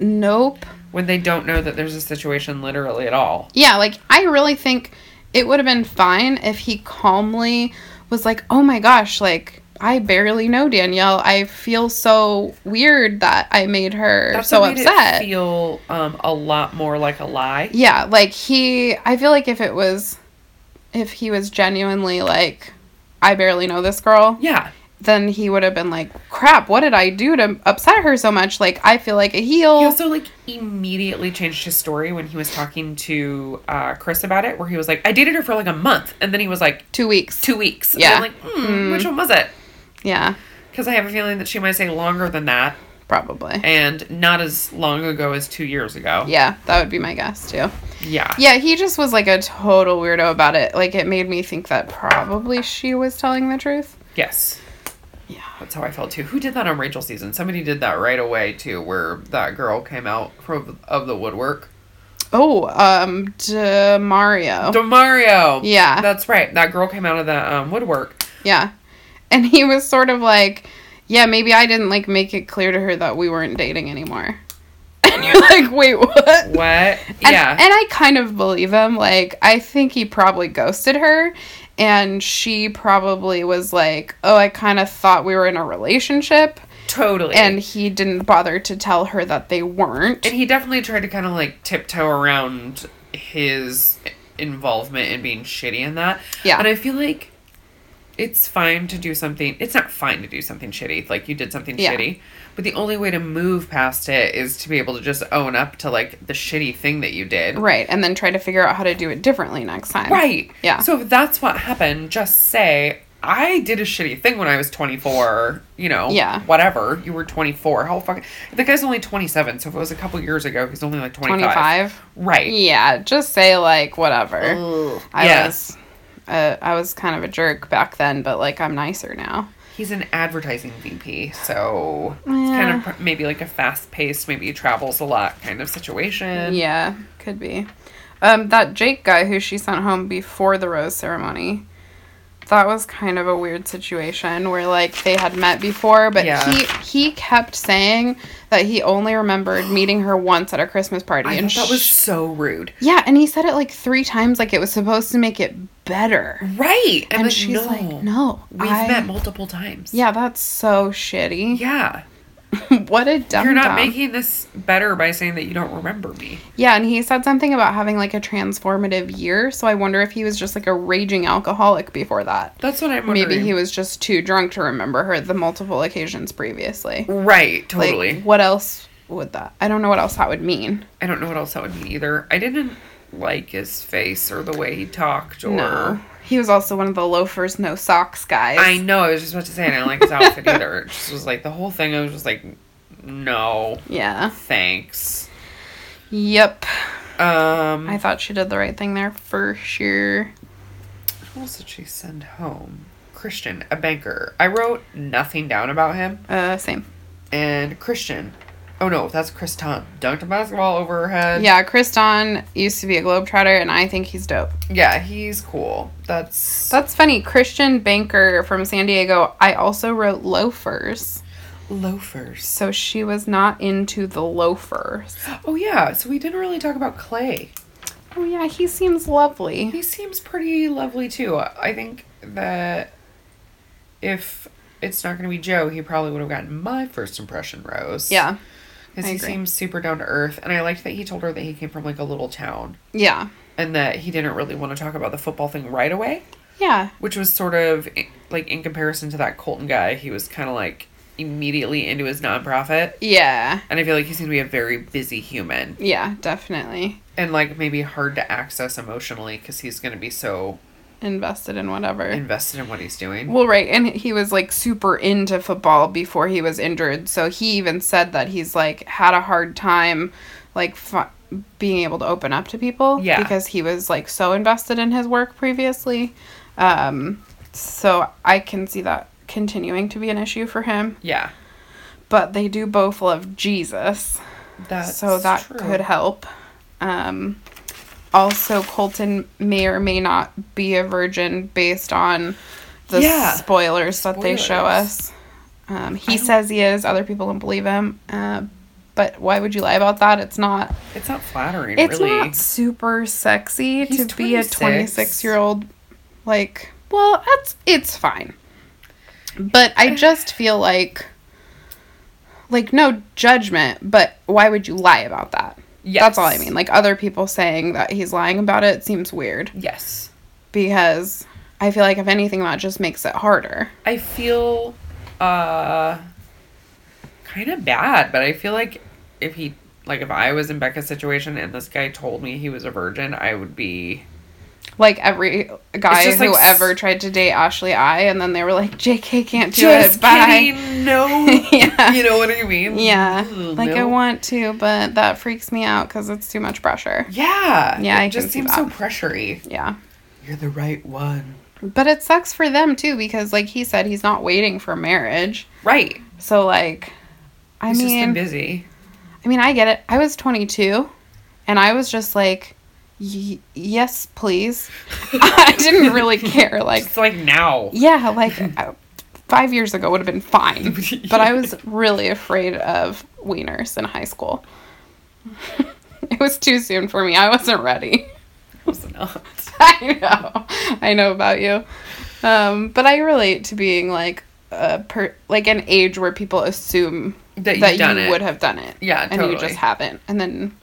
A: nope.
B: When they don't know that there's a situation literally at all.
A: Yeah, like, I really think it would have been fine if he calmly was like, oh my gosh, like, I barely know Danielle. I feel so weird that I made her
B: That's
A: so
B: what made it
A: upset.
B: feel um, a lot more like a lie.
A: yeah, like, he, I feel like if it was, if he was genuinely like, I barely know this girl,
B: Yeah,
A: then he would have been like, crap, what did I do to upset her so much? Like, I feel like a heel.
B: He also like immediately changed his story when he was talking to uh, Chris about it, where he was like, "I dated her for like a month," and then he was like,
A: Two weeks.
B: two weeks." And
A: Yeah. Mm-hmm.
B: I'm like, hmm, which one was it?
A: Yeah,
B: Because I have a feeling that she might say longer than that,
A: probably.
B: and not as long ago as two years ago.
A: Yeah, that would be my guess too.
B: Yeah.
A: Yeah, he just was like a total weirdo about it. Like, it made me think that probably she was telling the truth.
B: Yes.
A: Yeah.
B: That's how I felt too. Who did that on Rachel season? Somebody did that right away too, where that girl came out from of the woodwork.
A: Oh, um, Demario.
B: Demario.
A: Yeah.
B: That's right. That girl came out of the um, woodwork.
A: yeah. And he was sort of like, yeah, maybe I didn't like make it clear to her that we weren't dating anymore. And you're like, wait, what?
B: What?
A: And,
B: yeah.
A: And I kind of believe him. Like, I think he probably ghosted her. And she probably was like, oh, I kind of thought we were in a relationship.
B: totally.
A: And he didn't bother to tell her that they weren't.
B: And he definitely tried to kind of like tiptoe around his involvement and being shitty in that.
A: Yeah.
B: And I feel like it's fine to do something. It's not fine to do something shitty. Like you did something
A: Yeah.
B: shitty. But the only way to move past it is to be able to just own up to like the shitty thing that you did.
A: right. And then try to figure out how to do it differently next time.
B: Right.
A: Yeah.
B: So if that's what happened, just say, I did a shitty thing when I was 24, you know,
A: Yeah.
B: whatever. You were 24. How fucking. The guy's only 27. So if it was a couple years ago, he's only like 25.
A: 25.
B: Right.
A: Yeah. Just say, like,
B: Mm.
A: whatever. I
B: yes.
A: was. Uh, I was kind of a jerk back then, but like I'm nicer now.
B: He's an advertising VP, so it's kind of pr- maybe like a fast paced, maybe he travels a lot kind of situation.
A: Yeah, could be. Um, that Jake guy who she sent home before the rose ceremony, that was kind of a weird situation where like they had met before, but
B: Yeah.
A: he he kept saying that he only remembered meeting her once at a Christmas party,
B: I
A: and
B: thought that was
A: sh-
B: so rude.
A: yeah, and he said it like three times, like it was supposed to make it better,
B: Right.
A: and she's like, no,
B: We've
A: I-
B: met multiple times.
A: Yeah, that's so shitty.
B: Yeah.
A: what a dumb.
B: You're not making this better by saying that you don't remember me.
A: Yeah, and he said something about having like a transformative year. So I wonder if he was just like a raging alcoholic before that.
B: That's what I'm wondering.
A: Maybe he was just too drunk to remember her the multiple occasions previously.
B: Right,
A: Like,
B: totally.
A: what else would that? I don't know what else that would mean.
B: I don't know what else that would mean either. I didn't like his face or the way he talked or.
A: No. He was also one of the loafers, no socks guys.
B: I know. I was just about to say I didn't like his outfit either. It just was like the whole thing. I was just like, no,
A: Yeah.
B: thanks.
A: Yep.
B: Um,
A: I thought she did the right thing there for sure.
B: who else did she send home? Christian, a banker. I wrote nothing down about him.
A: Uh, same.
B: And Christian, oh no, that's Kristan. Dunked a basketball over her head.
A: Yeah, Kriston used to be a globetrotter, and I think he's dope.
B: Yeah, he's cool. That's,
A: That's funny. Christian Banker from San Diego. I also wrote loafers,
B: loafers.
A: so she was not into the loafers.
B: Oh yeah, so we didn't really talk about Clay.
A: Oh yeah, he seems lovely.
B: He seems pretty lovely too. I think that if it's not going to be Joe, he probably would have gotten my first impression rose.
A: Yeah,
B: because
A: I
B: he
A: agree.
B: seems super down to earth, and I liked that he told her that he came from like a little town
A: yeah,
B: and that he didn't really want to talk about the football thing right away,
A: yeah,
B: which was sort of i- like in comparison to that Colton guy, he was kind of like immediately into his nonprofit.
A: yeah,
B: And I feel like he's gonna be a very busy human
A: yeah. Definitely
B: and like maybe hard to access emotionally because he's gonna be so
A: invested in whatever.
B: invested in what he's doing.
A: Well, right, and he was like super into football before he was injured, so he even said that he's like had a hard time, like fi- being able to open up to people.
B: Yeah.
A: because he was like so invested in his work previously. Um, so I can see that continuing to be an issue for him.
B: Yeah,
A: But they do both love Jesus.
B: that's
A: so that
B: true.
A: could help. Um, also, Colton may or may not be a virgin based on the
B: Yeah.
A: spoilers that they show
B: Spoilers.
A: us. Um, he says he is. Other people don't believe him. Uh, but why would you lie about that? It's not.
B: It's not flattering,
A: It's
B: really.
A: not super sexy
B: He's
A: to be a
B: 26.
A: twenty-six year old. Like, well, that's it's fine. But I just feel like, like no judgment. But why would you lie about that?
B: Yes.
A: That's all I mean. Like other people saying that he's lying about it seems weird
B: Yes,
A: because I feel like if anything that just makes it harder.
B: I feel uh kind of bad, but I feel like if he like if I was in Becca's situation and this guy told me he was a virgin, I would be
A: Like every guy
B: just, like,
A: who
B: s-
A: ever tried to date Ashley I and then they were like JK can't do
B: just
A: it. Bye.
B: kidding. No,
A: Yeah.
B: you know what I mean.
A: Yeah.
B: Ugh,
A: like I
B: Mm, no.
A: want to, but that freaks me out cuz it's too much pressure.
B: Yeah,
A: Yeah, I
B: It
A: can
B: just
A: see
B: seems
A: that.
B: so pressury.
A: Yeah.
B: You're the right one.
A: But it sucks for them too because like he said he's not waiting for marriage.
B: Right.
A: So like I
B: He's just
A: mean
B: been busy.
A: I mean, I get it. I was 22 and I was just like, y- yes, please. I didn't really care. Like,
B: It's like now.
A: yeah, like uh, five years ago would have been fine. But I was really afraid of wieners in high school. it was too soon for me. I wasn't ready.
B: was not.
A: I know. I know about you. Um, but I relate to being like, a per- like an age where people assume
B: That you've
A: that
B: done
A: you
B: it.
A: would have done it.
B: Yeah,
A: and you
B: totally.
A: just haven't. And then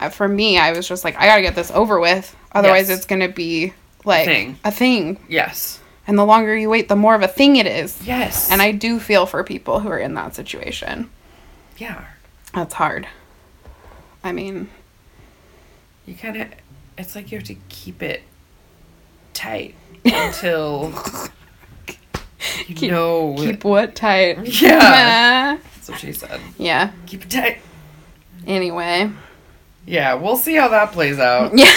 A: uh, for me, I was just like, I gotta get this over with. Otherwise,
B: Yes.
A: it's gonna be like
B: Thing.
A: a thing.
B: Yes.
A: And the longer you wait, the more of a thing it is.
B: Yes.
A: And I do feel for people who are in that situation.
B: Yeah.
A: That's hard. I mean,
B: You kind of. It's like you have to keep it tight until you
A: Keep-
B: know.
A: keep what tight.
B: Yeah. That's what she said.
A: yeah.
B: Keep it tight.
A: Anyway.
B: Yeah, we'll see how that plays out.
A: Yeah.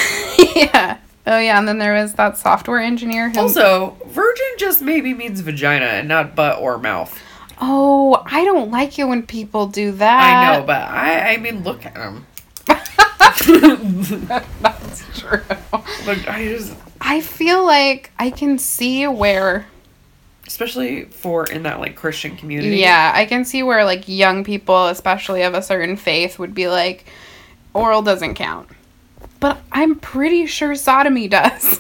A: yeah. Oh yeah, and then there was that software engineer who
B: Also, virgin just maybe means vagina and not butt or mouth.
A: Oh, I don't like it when people do that.
B: I know, but I, I mean, look at him.
A: That's true.
B: Like, I just,
A: I feel like I can see where
B: especially for in that like Christian community.
A: yeah, I can see where like young people, especially of a certain faith, would be like oral doesn't count. But I'm pretty sure sodomy does.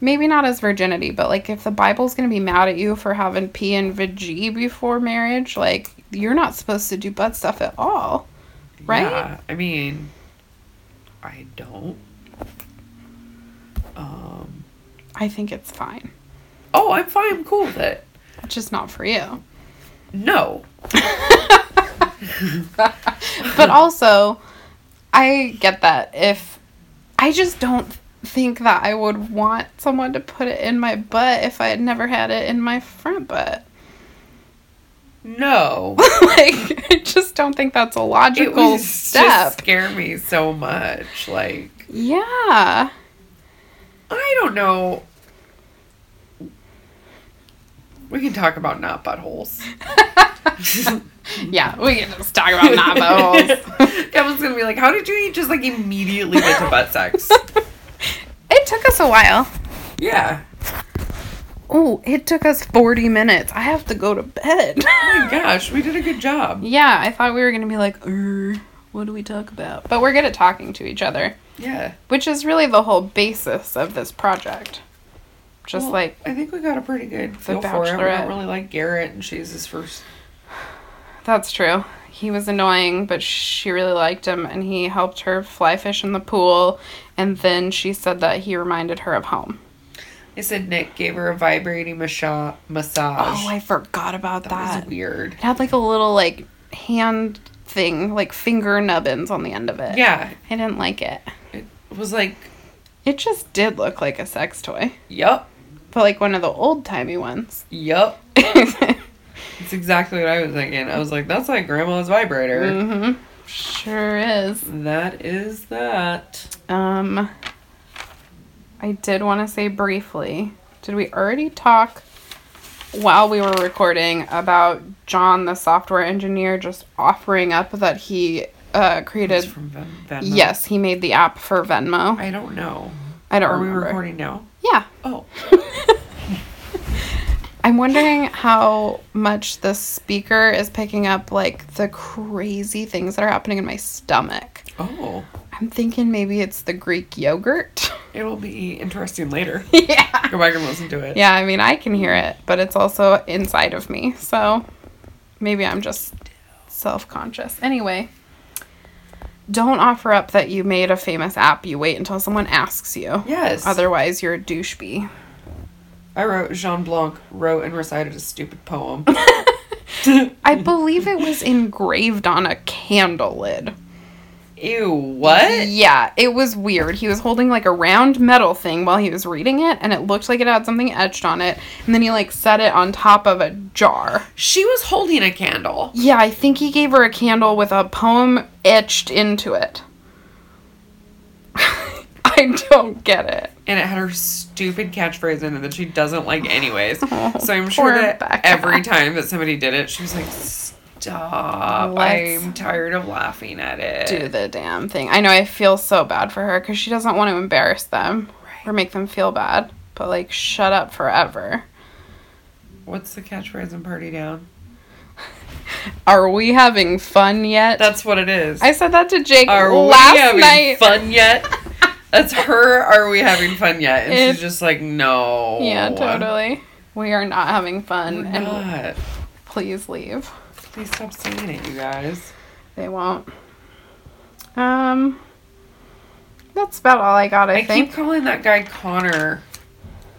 A: Maybe not as virginity, but like if the Bible's going to be mad at you for having P and VG before marriage, like you're not supposed to do butt stuff at all. Right?
B: Yeah, I mean, I don't. Um.
A: I think it's fine.
B: Oh, I'm fine. I'm cool with it.
A: It's just not for you.
B: No.
A: but also, I get that if I just don't think that I would want someone to put it in my butt if I had never had it in my front butt.
B: No.
A: like, I just don't think that's a
B: It
A: logical
B: was
A: step.
B: just scare me so much. Like
A: Yeah.
B: I don't know. We can talk about not buttholes. Oh,
A: Yeah, we can just talk about nabos.
B: Kevin's gonna be like, "How did you just like immediately get to butt sex?"
A: it took us a while.
B: yeah.
A: Oh, it took us 40 minutes. I have to go to bed.
B: Oh my gosh, we did a good job.
A: yeah, I thought we were going to be like, "Er, what do we talk about? But we're good at talking to each other,
B: Yeah.
A: which is really the whole basis of this project. Just
B: Well,
A: like
B: I think we got a pretty good feel for it. We
A: Bachelorette.
B: don't really like Garrett, and she's his first.
A: That's true. He was annoying, but she really liked him and he helped her fly fish in the pool. And then she said that he reminded her of home.
B: They said Nick gave her a vibrating masha- massage.
A: Oh, I forgot about
B: that
A: that.
B: was weird.
A: It had like a little like hand thing, like finger nubbins on the end of it.
B: Yeah,
A: I didn't like it.
B: it was like,
A: It just did look like a sex toy,
B: yup,
A: but like one of the old timey ones.
B: yup.
A: mm-hmm.
B: It's exactly what I was thinking. I was like, that's like grandma's vibrator.
A: Mm-hmm. Sure is.
B: That is that.
A: Um, I did want to say briefly. Did we already talk while we were recording about John, the software engineer, just offering up that he uh,
B: It's
A: created?
B: from Ven- Venmo.
A: Yes, he made the app for Venmo.
B: I don't know.
A: I don't
B: Are we
A: remember.
B: recording now?
A: Yeah,
B: Oh,
A: I'm wondering how much the speaker is picking up, like the crazy things that are happening in my stomach.
B: oh.
A: I'm thinking maybe it's the Greek yogurt.
B: It'll be interesting later.
A: yeah.
B: Go back and listen to it.
A: Yeah, I mean, I can hear it, but it's also inside of me. So maybe I'm just self conscious. Anyway, don't offer up that you made a famous app. You wait until someone asks you.
B: Yes.
A: Otherwise, you're a douchebee.
B: I wrote Jean Blanc wrote and recited a stupid poem.
A: I believe it was engraved on a candle lid.
B: Ew, what?
A: Yeah, it was weird. He was holding like a round metal thing while he was reading it, and it looked like it had something etched on it. And then he like set it on top of a jar.
B: She was holding a candle.
A: Yeah, I think he gave her a candle with a poem etched into it. I don't get it.
B: And it had her stupid catchphrase in it that she doesn't like anyways. so I'm
A: Oh, poor
B: sure that
A: Becca.
B: every time that somebody did it, she was like, Stop.
A: Let's
B: I'm tired of laughing at it.
A: Do the damn thing. I know I feel so bad for her because she doesn't want to embarrass them or make them feel bad, but like, shut up forever.
B: What's the catchphrase in Party Down?
A: Are we having fun yet?
B: That's what it is.
A: I said that to Jake
B: Are
A: last
B: we having
A: night.
B: fun yet? That's her. Are we having fun yet? And
A: It-
B: she's just like, no.
A: Yeah, totally. We are not having fun,
B: We're
A: and
B: not.
A: please leave.
B: Please stop saying it, you guys.
A: They won't. Um, that's about all I got. I,
B: I,
A: think.
B: keep calling that guy Connor,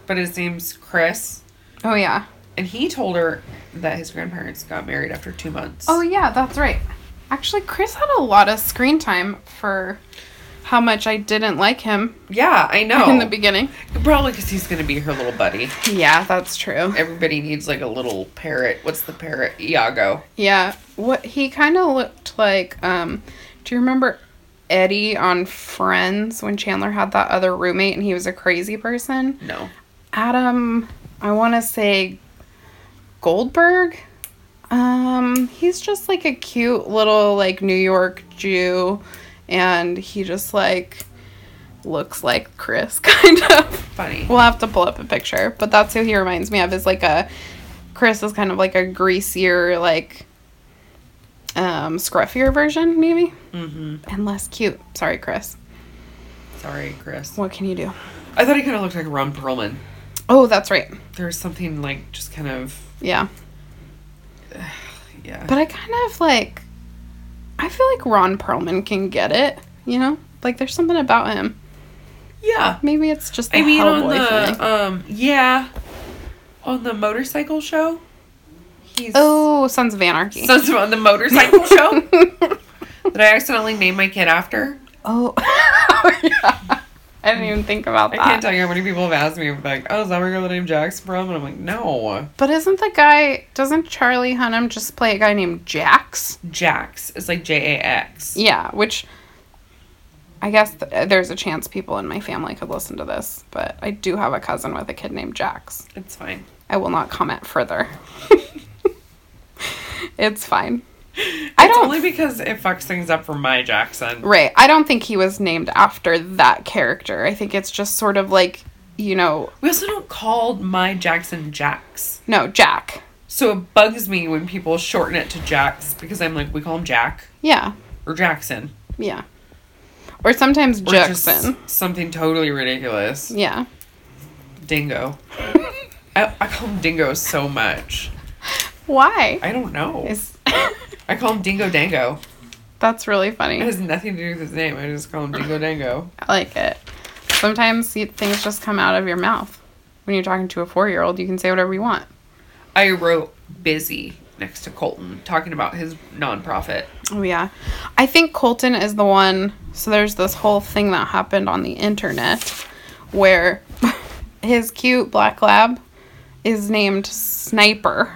B: but his name's Chris.
A: Oh yeah.
B: And he told her that his grandparents got married after two months.
A: Oh yeah, that's right. Actually, Chris had a lot of screen time for how much I didn't like him
B: yeah, I know.
A: in the beginning.
B: Probably because he's going to be her little buddy.
A: Oh. Yeah, that's true.
B: Everybody needs like a little parrot. What's the parrot? Iago.
A: Yeah, what he kind of looked like. Um, do you remember Eddie on Friends when Chandler had that other roommate and he was a crazy person?
B: No.
A: Adam, I want to say Goldberg. Um, he's just like a cute little like New York Jew, and he just like looks like Chris, kind of.
B: Funny.
A: We'll have to pull up a picture, but that's who he reminds me of. Is like a Chris is kind of like a greasier, like um, scruffier version, maybe,
B: mm-hmm.
A: and less cute. Sorry, Chris.
B: Sorry, Chris.
A: What can you do?
B: I thought he kind of looked like Ron Perlman.
A: Oh, that's right.
B: There's something like just kind of,
A: Yeah.
B: yeah.
A: But I kind of like. I feel like Ron Perlman can get it, you know? Like there's something about him.
B: yeah.
A: Maybe it's just the
B: I mean, on
A: Hellboy
B: the
A: thing.
B: um, yeah, on the motorcycle show, he's
A: Oh, Sons of Anarchy.
B: so it's on the motorcycle show that I accidentally named my kid after.
A: oh. oh yeah. I didn't even think about
B: I
A: that.
B: can't tell you how many people have asked me, like, oh, is that where your name Jack's from? And I'm like, no.
A: But isn't the guy? Doesn't Charlie Hunnam just play a guy named Jax?
B: Jax. It's like J A X.
A: Yeah, which I guess th- there's a chance people in my family could listen to this, but I do have a cousin with a kid named Jax.
B: It's fine.
A: I will not comment further. it's fine.
B: I
A: I
B: it's
A: don't-
B: only because it fucks things up for my Jackson.
A: Right. I don't think he was named after that character. I think it's just sort of like, you know,
B: We also don't call my Jackson Jax.
A: no, Jack.
B: So it bugs me when people shorten it to Jax because I'm like, we call him Jack
A: Yeah.
B: or Jackson.
A: Yeah. Or sometimes
B: Or just
A: Jackson.
B: something totally ridiculous.
A: Yeah.
B: Dingo. I, I call him Dingo so much.
A: Why?
B: I don't know.
A: Is
B: I call him Dingo Dango.
A: That's really
B: It
A: funny.
B: has nothing to do with his name. I just call him Dingo Dango.
A: I like it. Sometimes you, things just come out of your mouth. When you're talking to a four year old, you can say whatever you want.
B: I wrote busy next to Colton talking about his nonprofit.
A: Oh, yeah. I think Colton is the one. So there's this whole thing that happened on the internet where his cute black lab is named Sniper.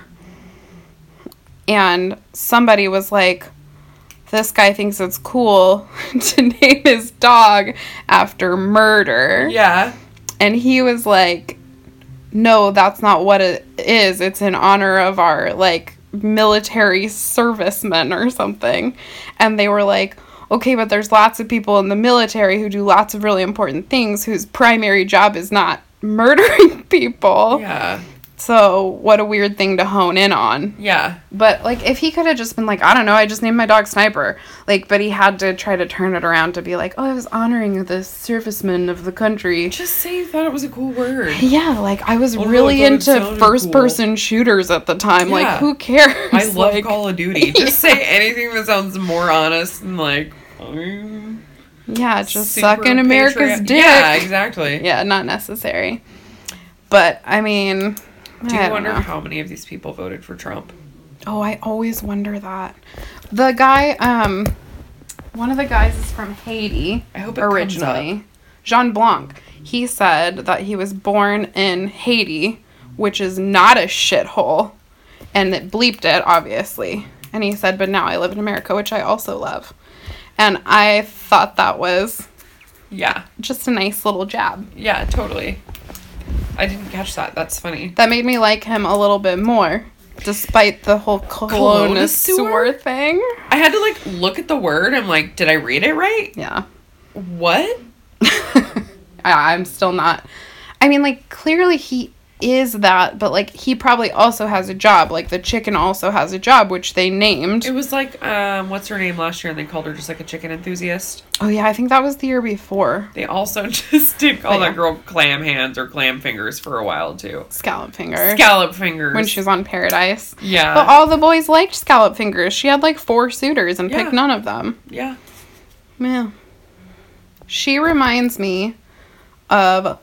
A: And somebody was like, this guy thinks it's cool to name his dog after murder.
B: Yeah.
A: And he was like, no, that's not what it is. It's in honor of our like military servicemen or something. And they were like, okay, but there's lots of people in the military who do lots of really important things whose primary job is not murdering people.
B: Yeah.
A: So, what a weird thing to hone in on.
B: Yeah.
A: But like if he could have just been like, I don't know, I just named my dog Sniper. Like, but he had to try to turn it around to be like, oh, I was honoring the servicemen of the country.
B: Just say you thought it was a cool word.
A: Yeah, like I was
B: Oh, no,
A: really
B: I thought it
A: into
B: sounded
A: first
B: cool.
A: person shooters at the time.
B: Yeah.
A: Like, who cares?
B: I love
A: like,
B: Call of Duty. Just say anything that sounds more honest and like I'm
A: Yeah, just
B: super
A: sucking America's
B: patriot-
A: dick. Yeah.
B: Yeah, exactly.
A: not necessary. But I mean,
B: Do
A: I
B: you
A: don't
B: wonder
A: know.
B: how many of these people voted for Trump?
A: Oh, I always wonder that. The guy, um, one of the guys is from Haiti.
B: I hope it comes
A: originally. Jean Blanc. He said that he was born in Haiti, which is not a shithole, and it bleeped it, obviously. And he said, but now I live in America, which I also love. And I thought that was
B: Yeah.
A: just a nice little jab.
B: Yeah, totally. I didn't catch that. That's funny.
A: That made me like him a little bit more, despite the whole
B: Colonosaur?
A: colonosaur thing.
B: I had to like look at the word. I'm like, did I read it right?
A: Yeah.
B: What?
A: I- I'm still not. I mean, like, clearly he is that, but like, he probably also has a job. Like, the chicken also has a job, which they named.
B: It was like, um, what's her name last year? And they called her just like a chicken enthusiast.
A: Oh, yeah, I think that was the year before.
B: They also just did call
A: Yeah.
B: that girl clam hands or clam fingers for a while too.
A: Scallop Finger.
B: Scallop fingers.
A: when she was on Paradise.
B: yeah.
A: But all the boys liked Scallop Fingers. She had like four suitors and
B: Yeah.
A: picked none of them.
B: yeah.
A: Yeah. She reminds me of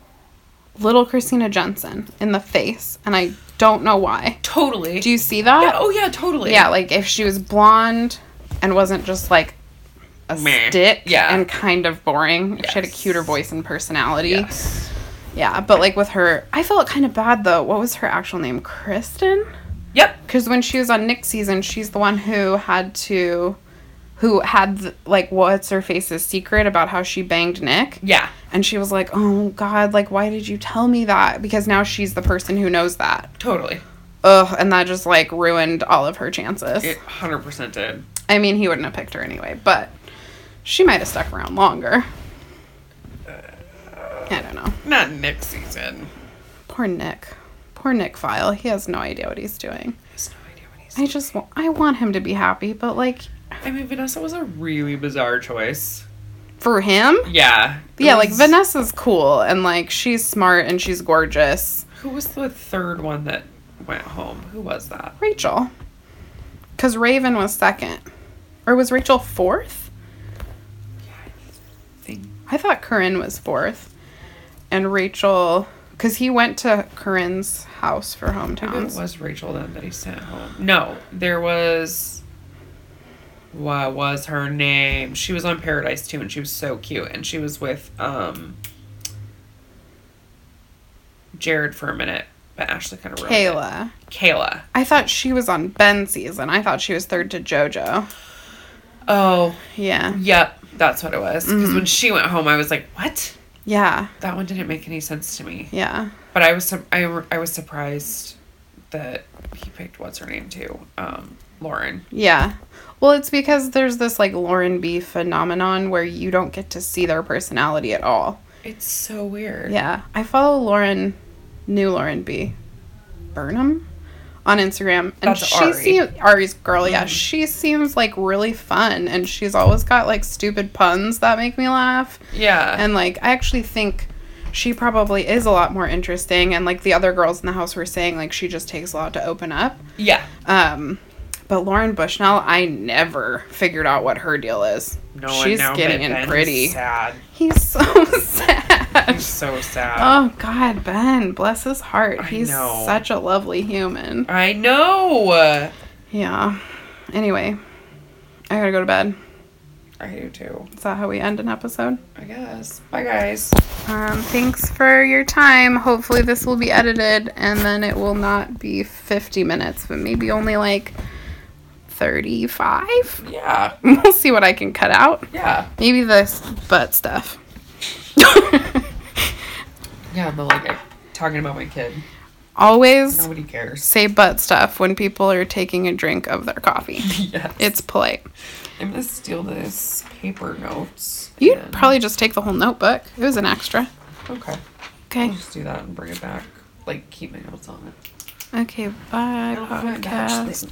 A: little Christina Jensen in the face, and I don't know why.
B: Totally.
A: Do you see that?
B: yeah, oh yeah, totally.
A: Yeah, like if she was blonde and wasn't just like a
B: Meh.
A: stick
B: Yeah.
A: and kind of boring. If She had a
B: Yes.
A: cuter voice and personality.
B: Yes.
A: Yeah, but like with her, I felt kind of bad though. What was her actual name? Kristen?
B: Yep.
A: Because when she was on Nick's season, she's the one who had to, who had th- like what's her face's secret about how she banged Nick.
B: Yeah.
A: And she was like, oh God, like why did you tell me that? Because now she's the person who knows that.
B: Totally.
A: Ugh, and that just like ruined all of her chances.
B: It hundred percent did.
A: I mean, he wouldn't have picked her anyway, but she might have stuck around longer. I don't know.
B: Not next season.
A: Poor Nick. Poor Nick File. He has no idea what he's doing.
B: I have no idea what he's.
A: I just, wa- I want him to be happy, but like
B: I mean, Vanessa was a really bizarre choice.
A: for him,
B: Yeah. It
A: yeah, like
B: was-
A: Vanessa's cool and like she's smart and she's gorgeous.
B: Who was the third one that went home? Who was that?
A: Rachel, because Raven was second, or was Rachel fourth?
B: Thing.
A: I thought Corinne was fourth, and Rachel, because he went to Corinne's house for
B: Maybe it
A: hometowns.
B: was Rachel then that he sent home. No, there was. What was her name? She was on Paradise too, and she was so cute. And she was with um, Jared for a minute, but Ashley kind of ruined it.
A: Kayla.
B: Kayla.
A: I thought she was on Ben's season. I thought she was third to JoJo.
B: Oh,
A: Yeah.
B: yep, that's what it was. Because when she went home, I was like, "What?
A: Yeah.
B: That one didn't make any sense to me."
A: Yeah.
B: But I was sur- I, I was surprised that he picked what's her name too, um, Lauren.
A: Yeah. Well, it's because there's this like Lauren B phenomenon where you don't get to see their personality at all.
B: It's so weird.
A: Yeah. I follow Lauren, new Lauren B Burnham on Instagram. And
B: That's
A: she
B: Ari.
A: seems Ari's girl, yeah. She seems like really fun and she's always got like stupid puns that make me laugh.
B: Yeah.
A: And like, I actually think she probably is a lot more interesting. And like the other girls in the house were saying, like she just takes a lot to open up.
B: yeah.
A: Um, but Lauren Bushnell, I never figured out what her deal is.
B: No
A: She's
B: one now,
A: getting
B: but
A: in
B: Ben's
A: pretty.
B: Sad.
A: He's so sad.
B: He's so sad.
A: Oh God, Ben, bless his heart.
B: I
A: He's
B: know.
A: such a lovely human.
B: I know.
A: Yeah. Anyway, I gotta go to bed.
B: I do too.
A: Is that how we end an episode?
B: I guess. Bye, guys.
A: Um, thanks for your time. Hopefully, this will be edited and then it will not be 50 minutes, but maybe only like 35.
B: Yeah.
A: We'll see what I can cut out.
B: Yeah.
A: Maybe this butt stuff.
B: Yeah, I'm like I'm talking about my kid.
A: Always
B: Nobody cares.
A: say butt stuff when people are taking a drink of their coffee.
B: Yes.
A: It's polite.
B: I'm gonna steal this paper notes.
A: You'd
B: and-
A: probably just take the whole notebook. It was an extra.
B: Okay. I'll
A: Okay.
B: just do that and bring it back. Like keep my notes on it.
A: Okay. Bye.
B: Oh my gosh,
A: podcast.
B: this-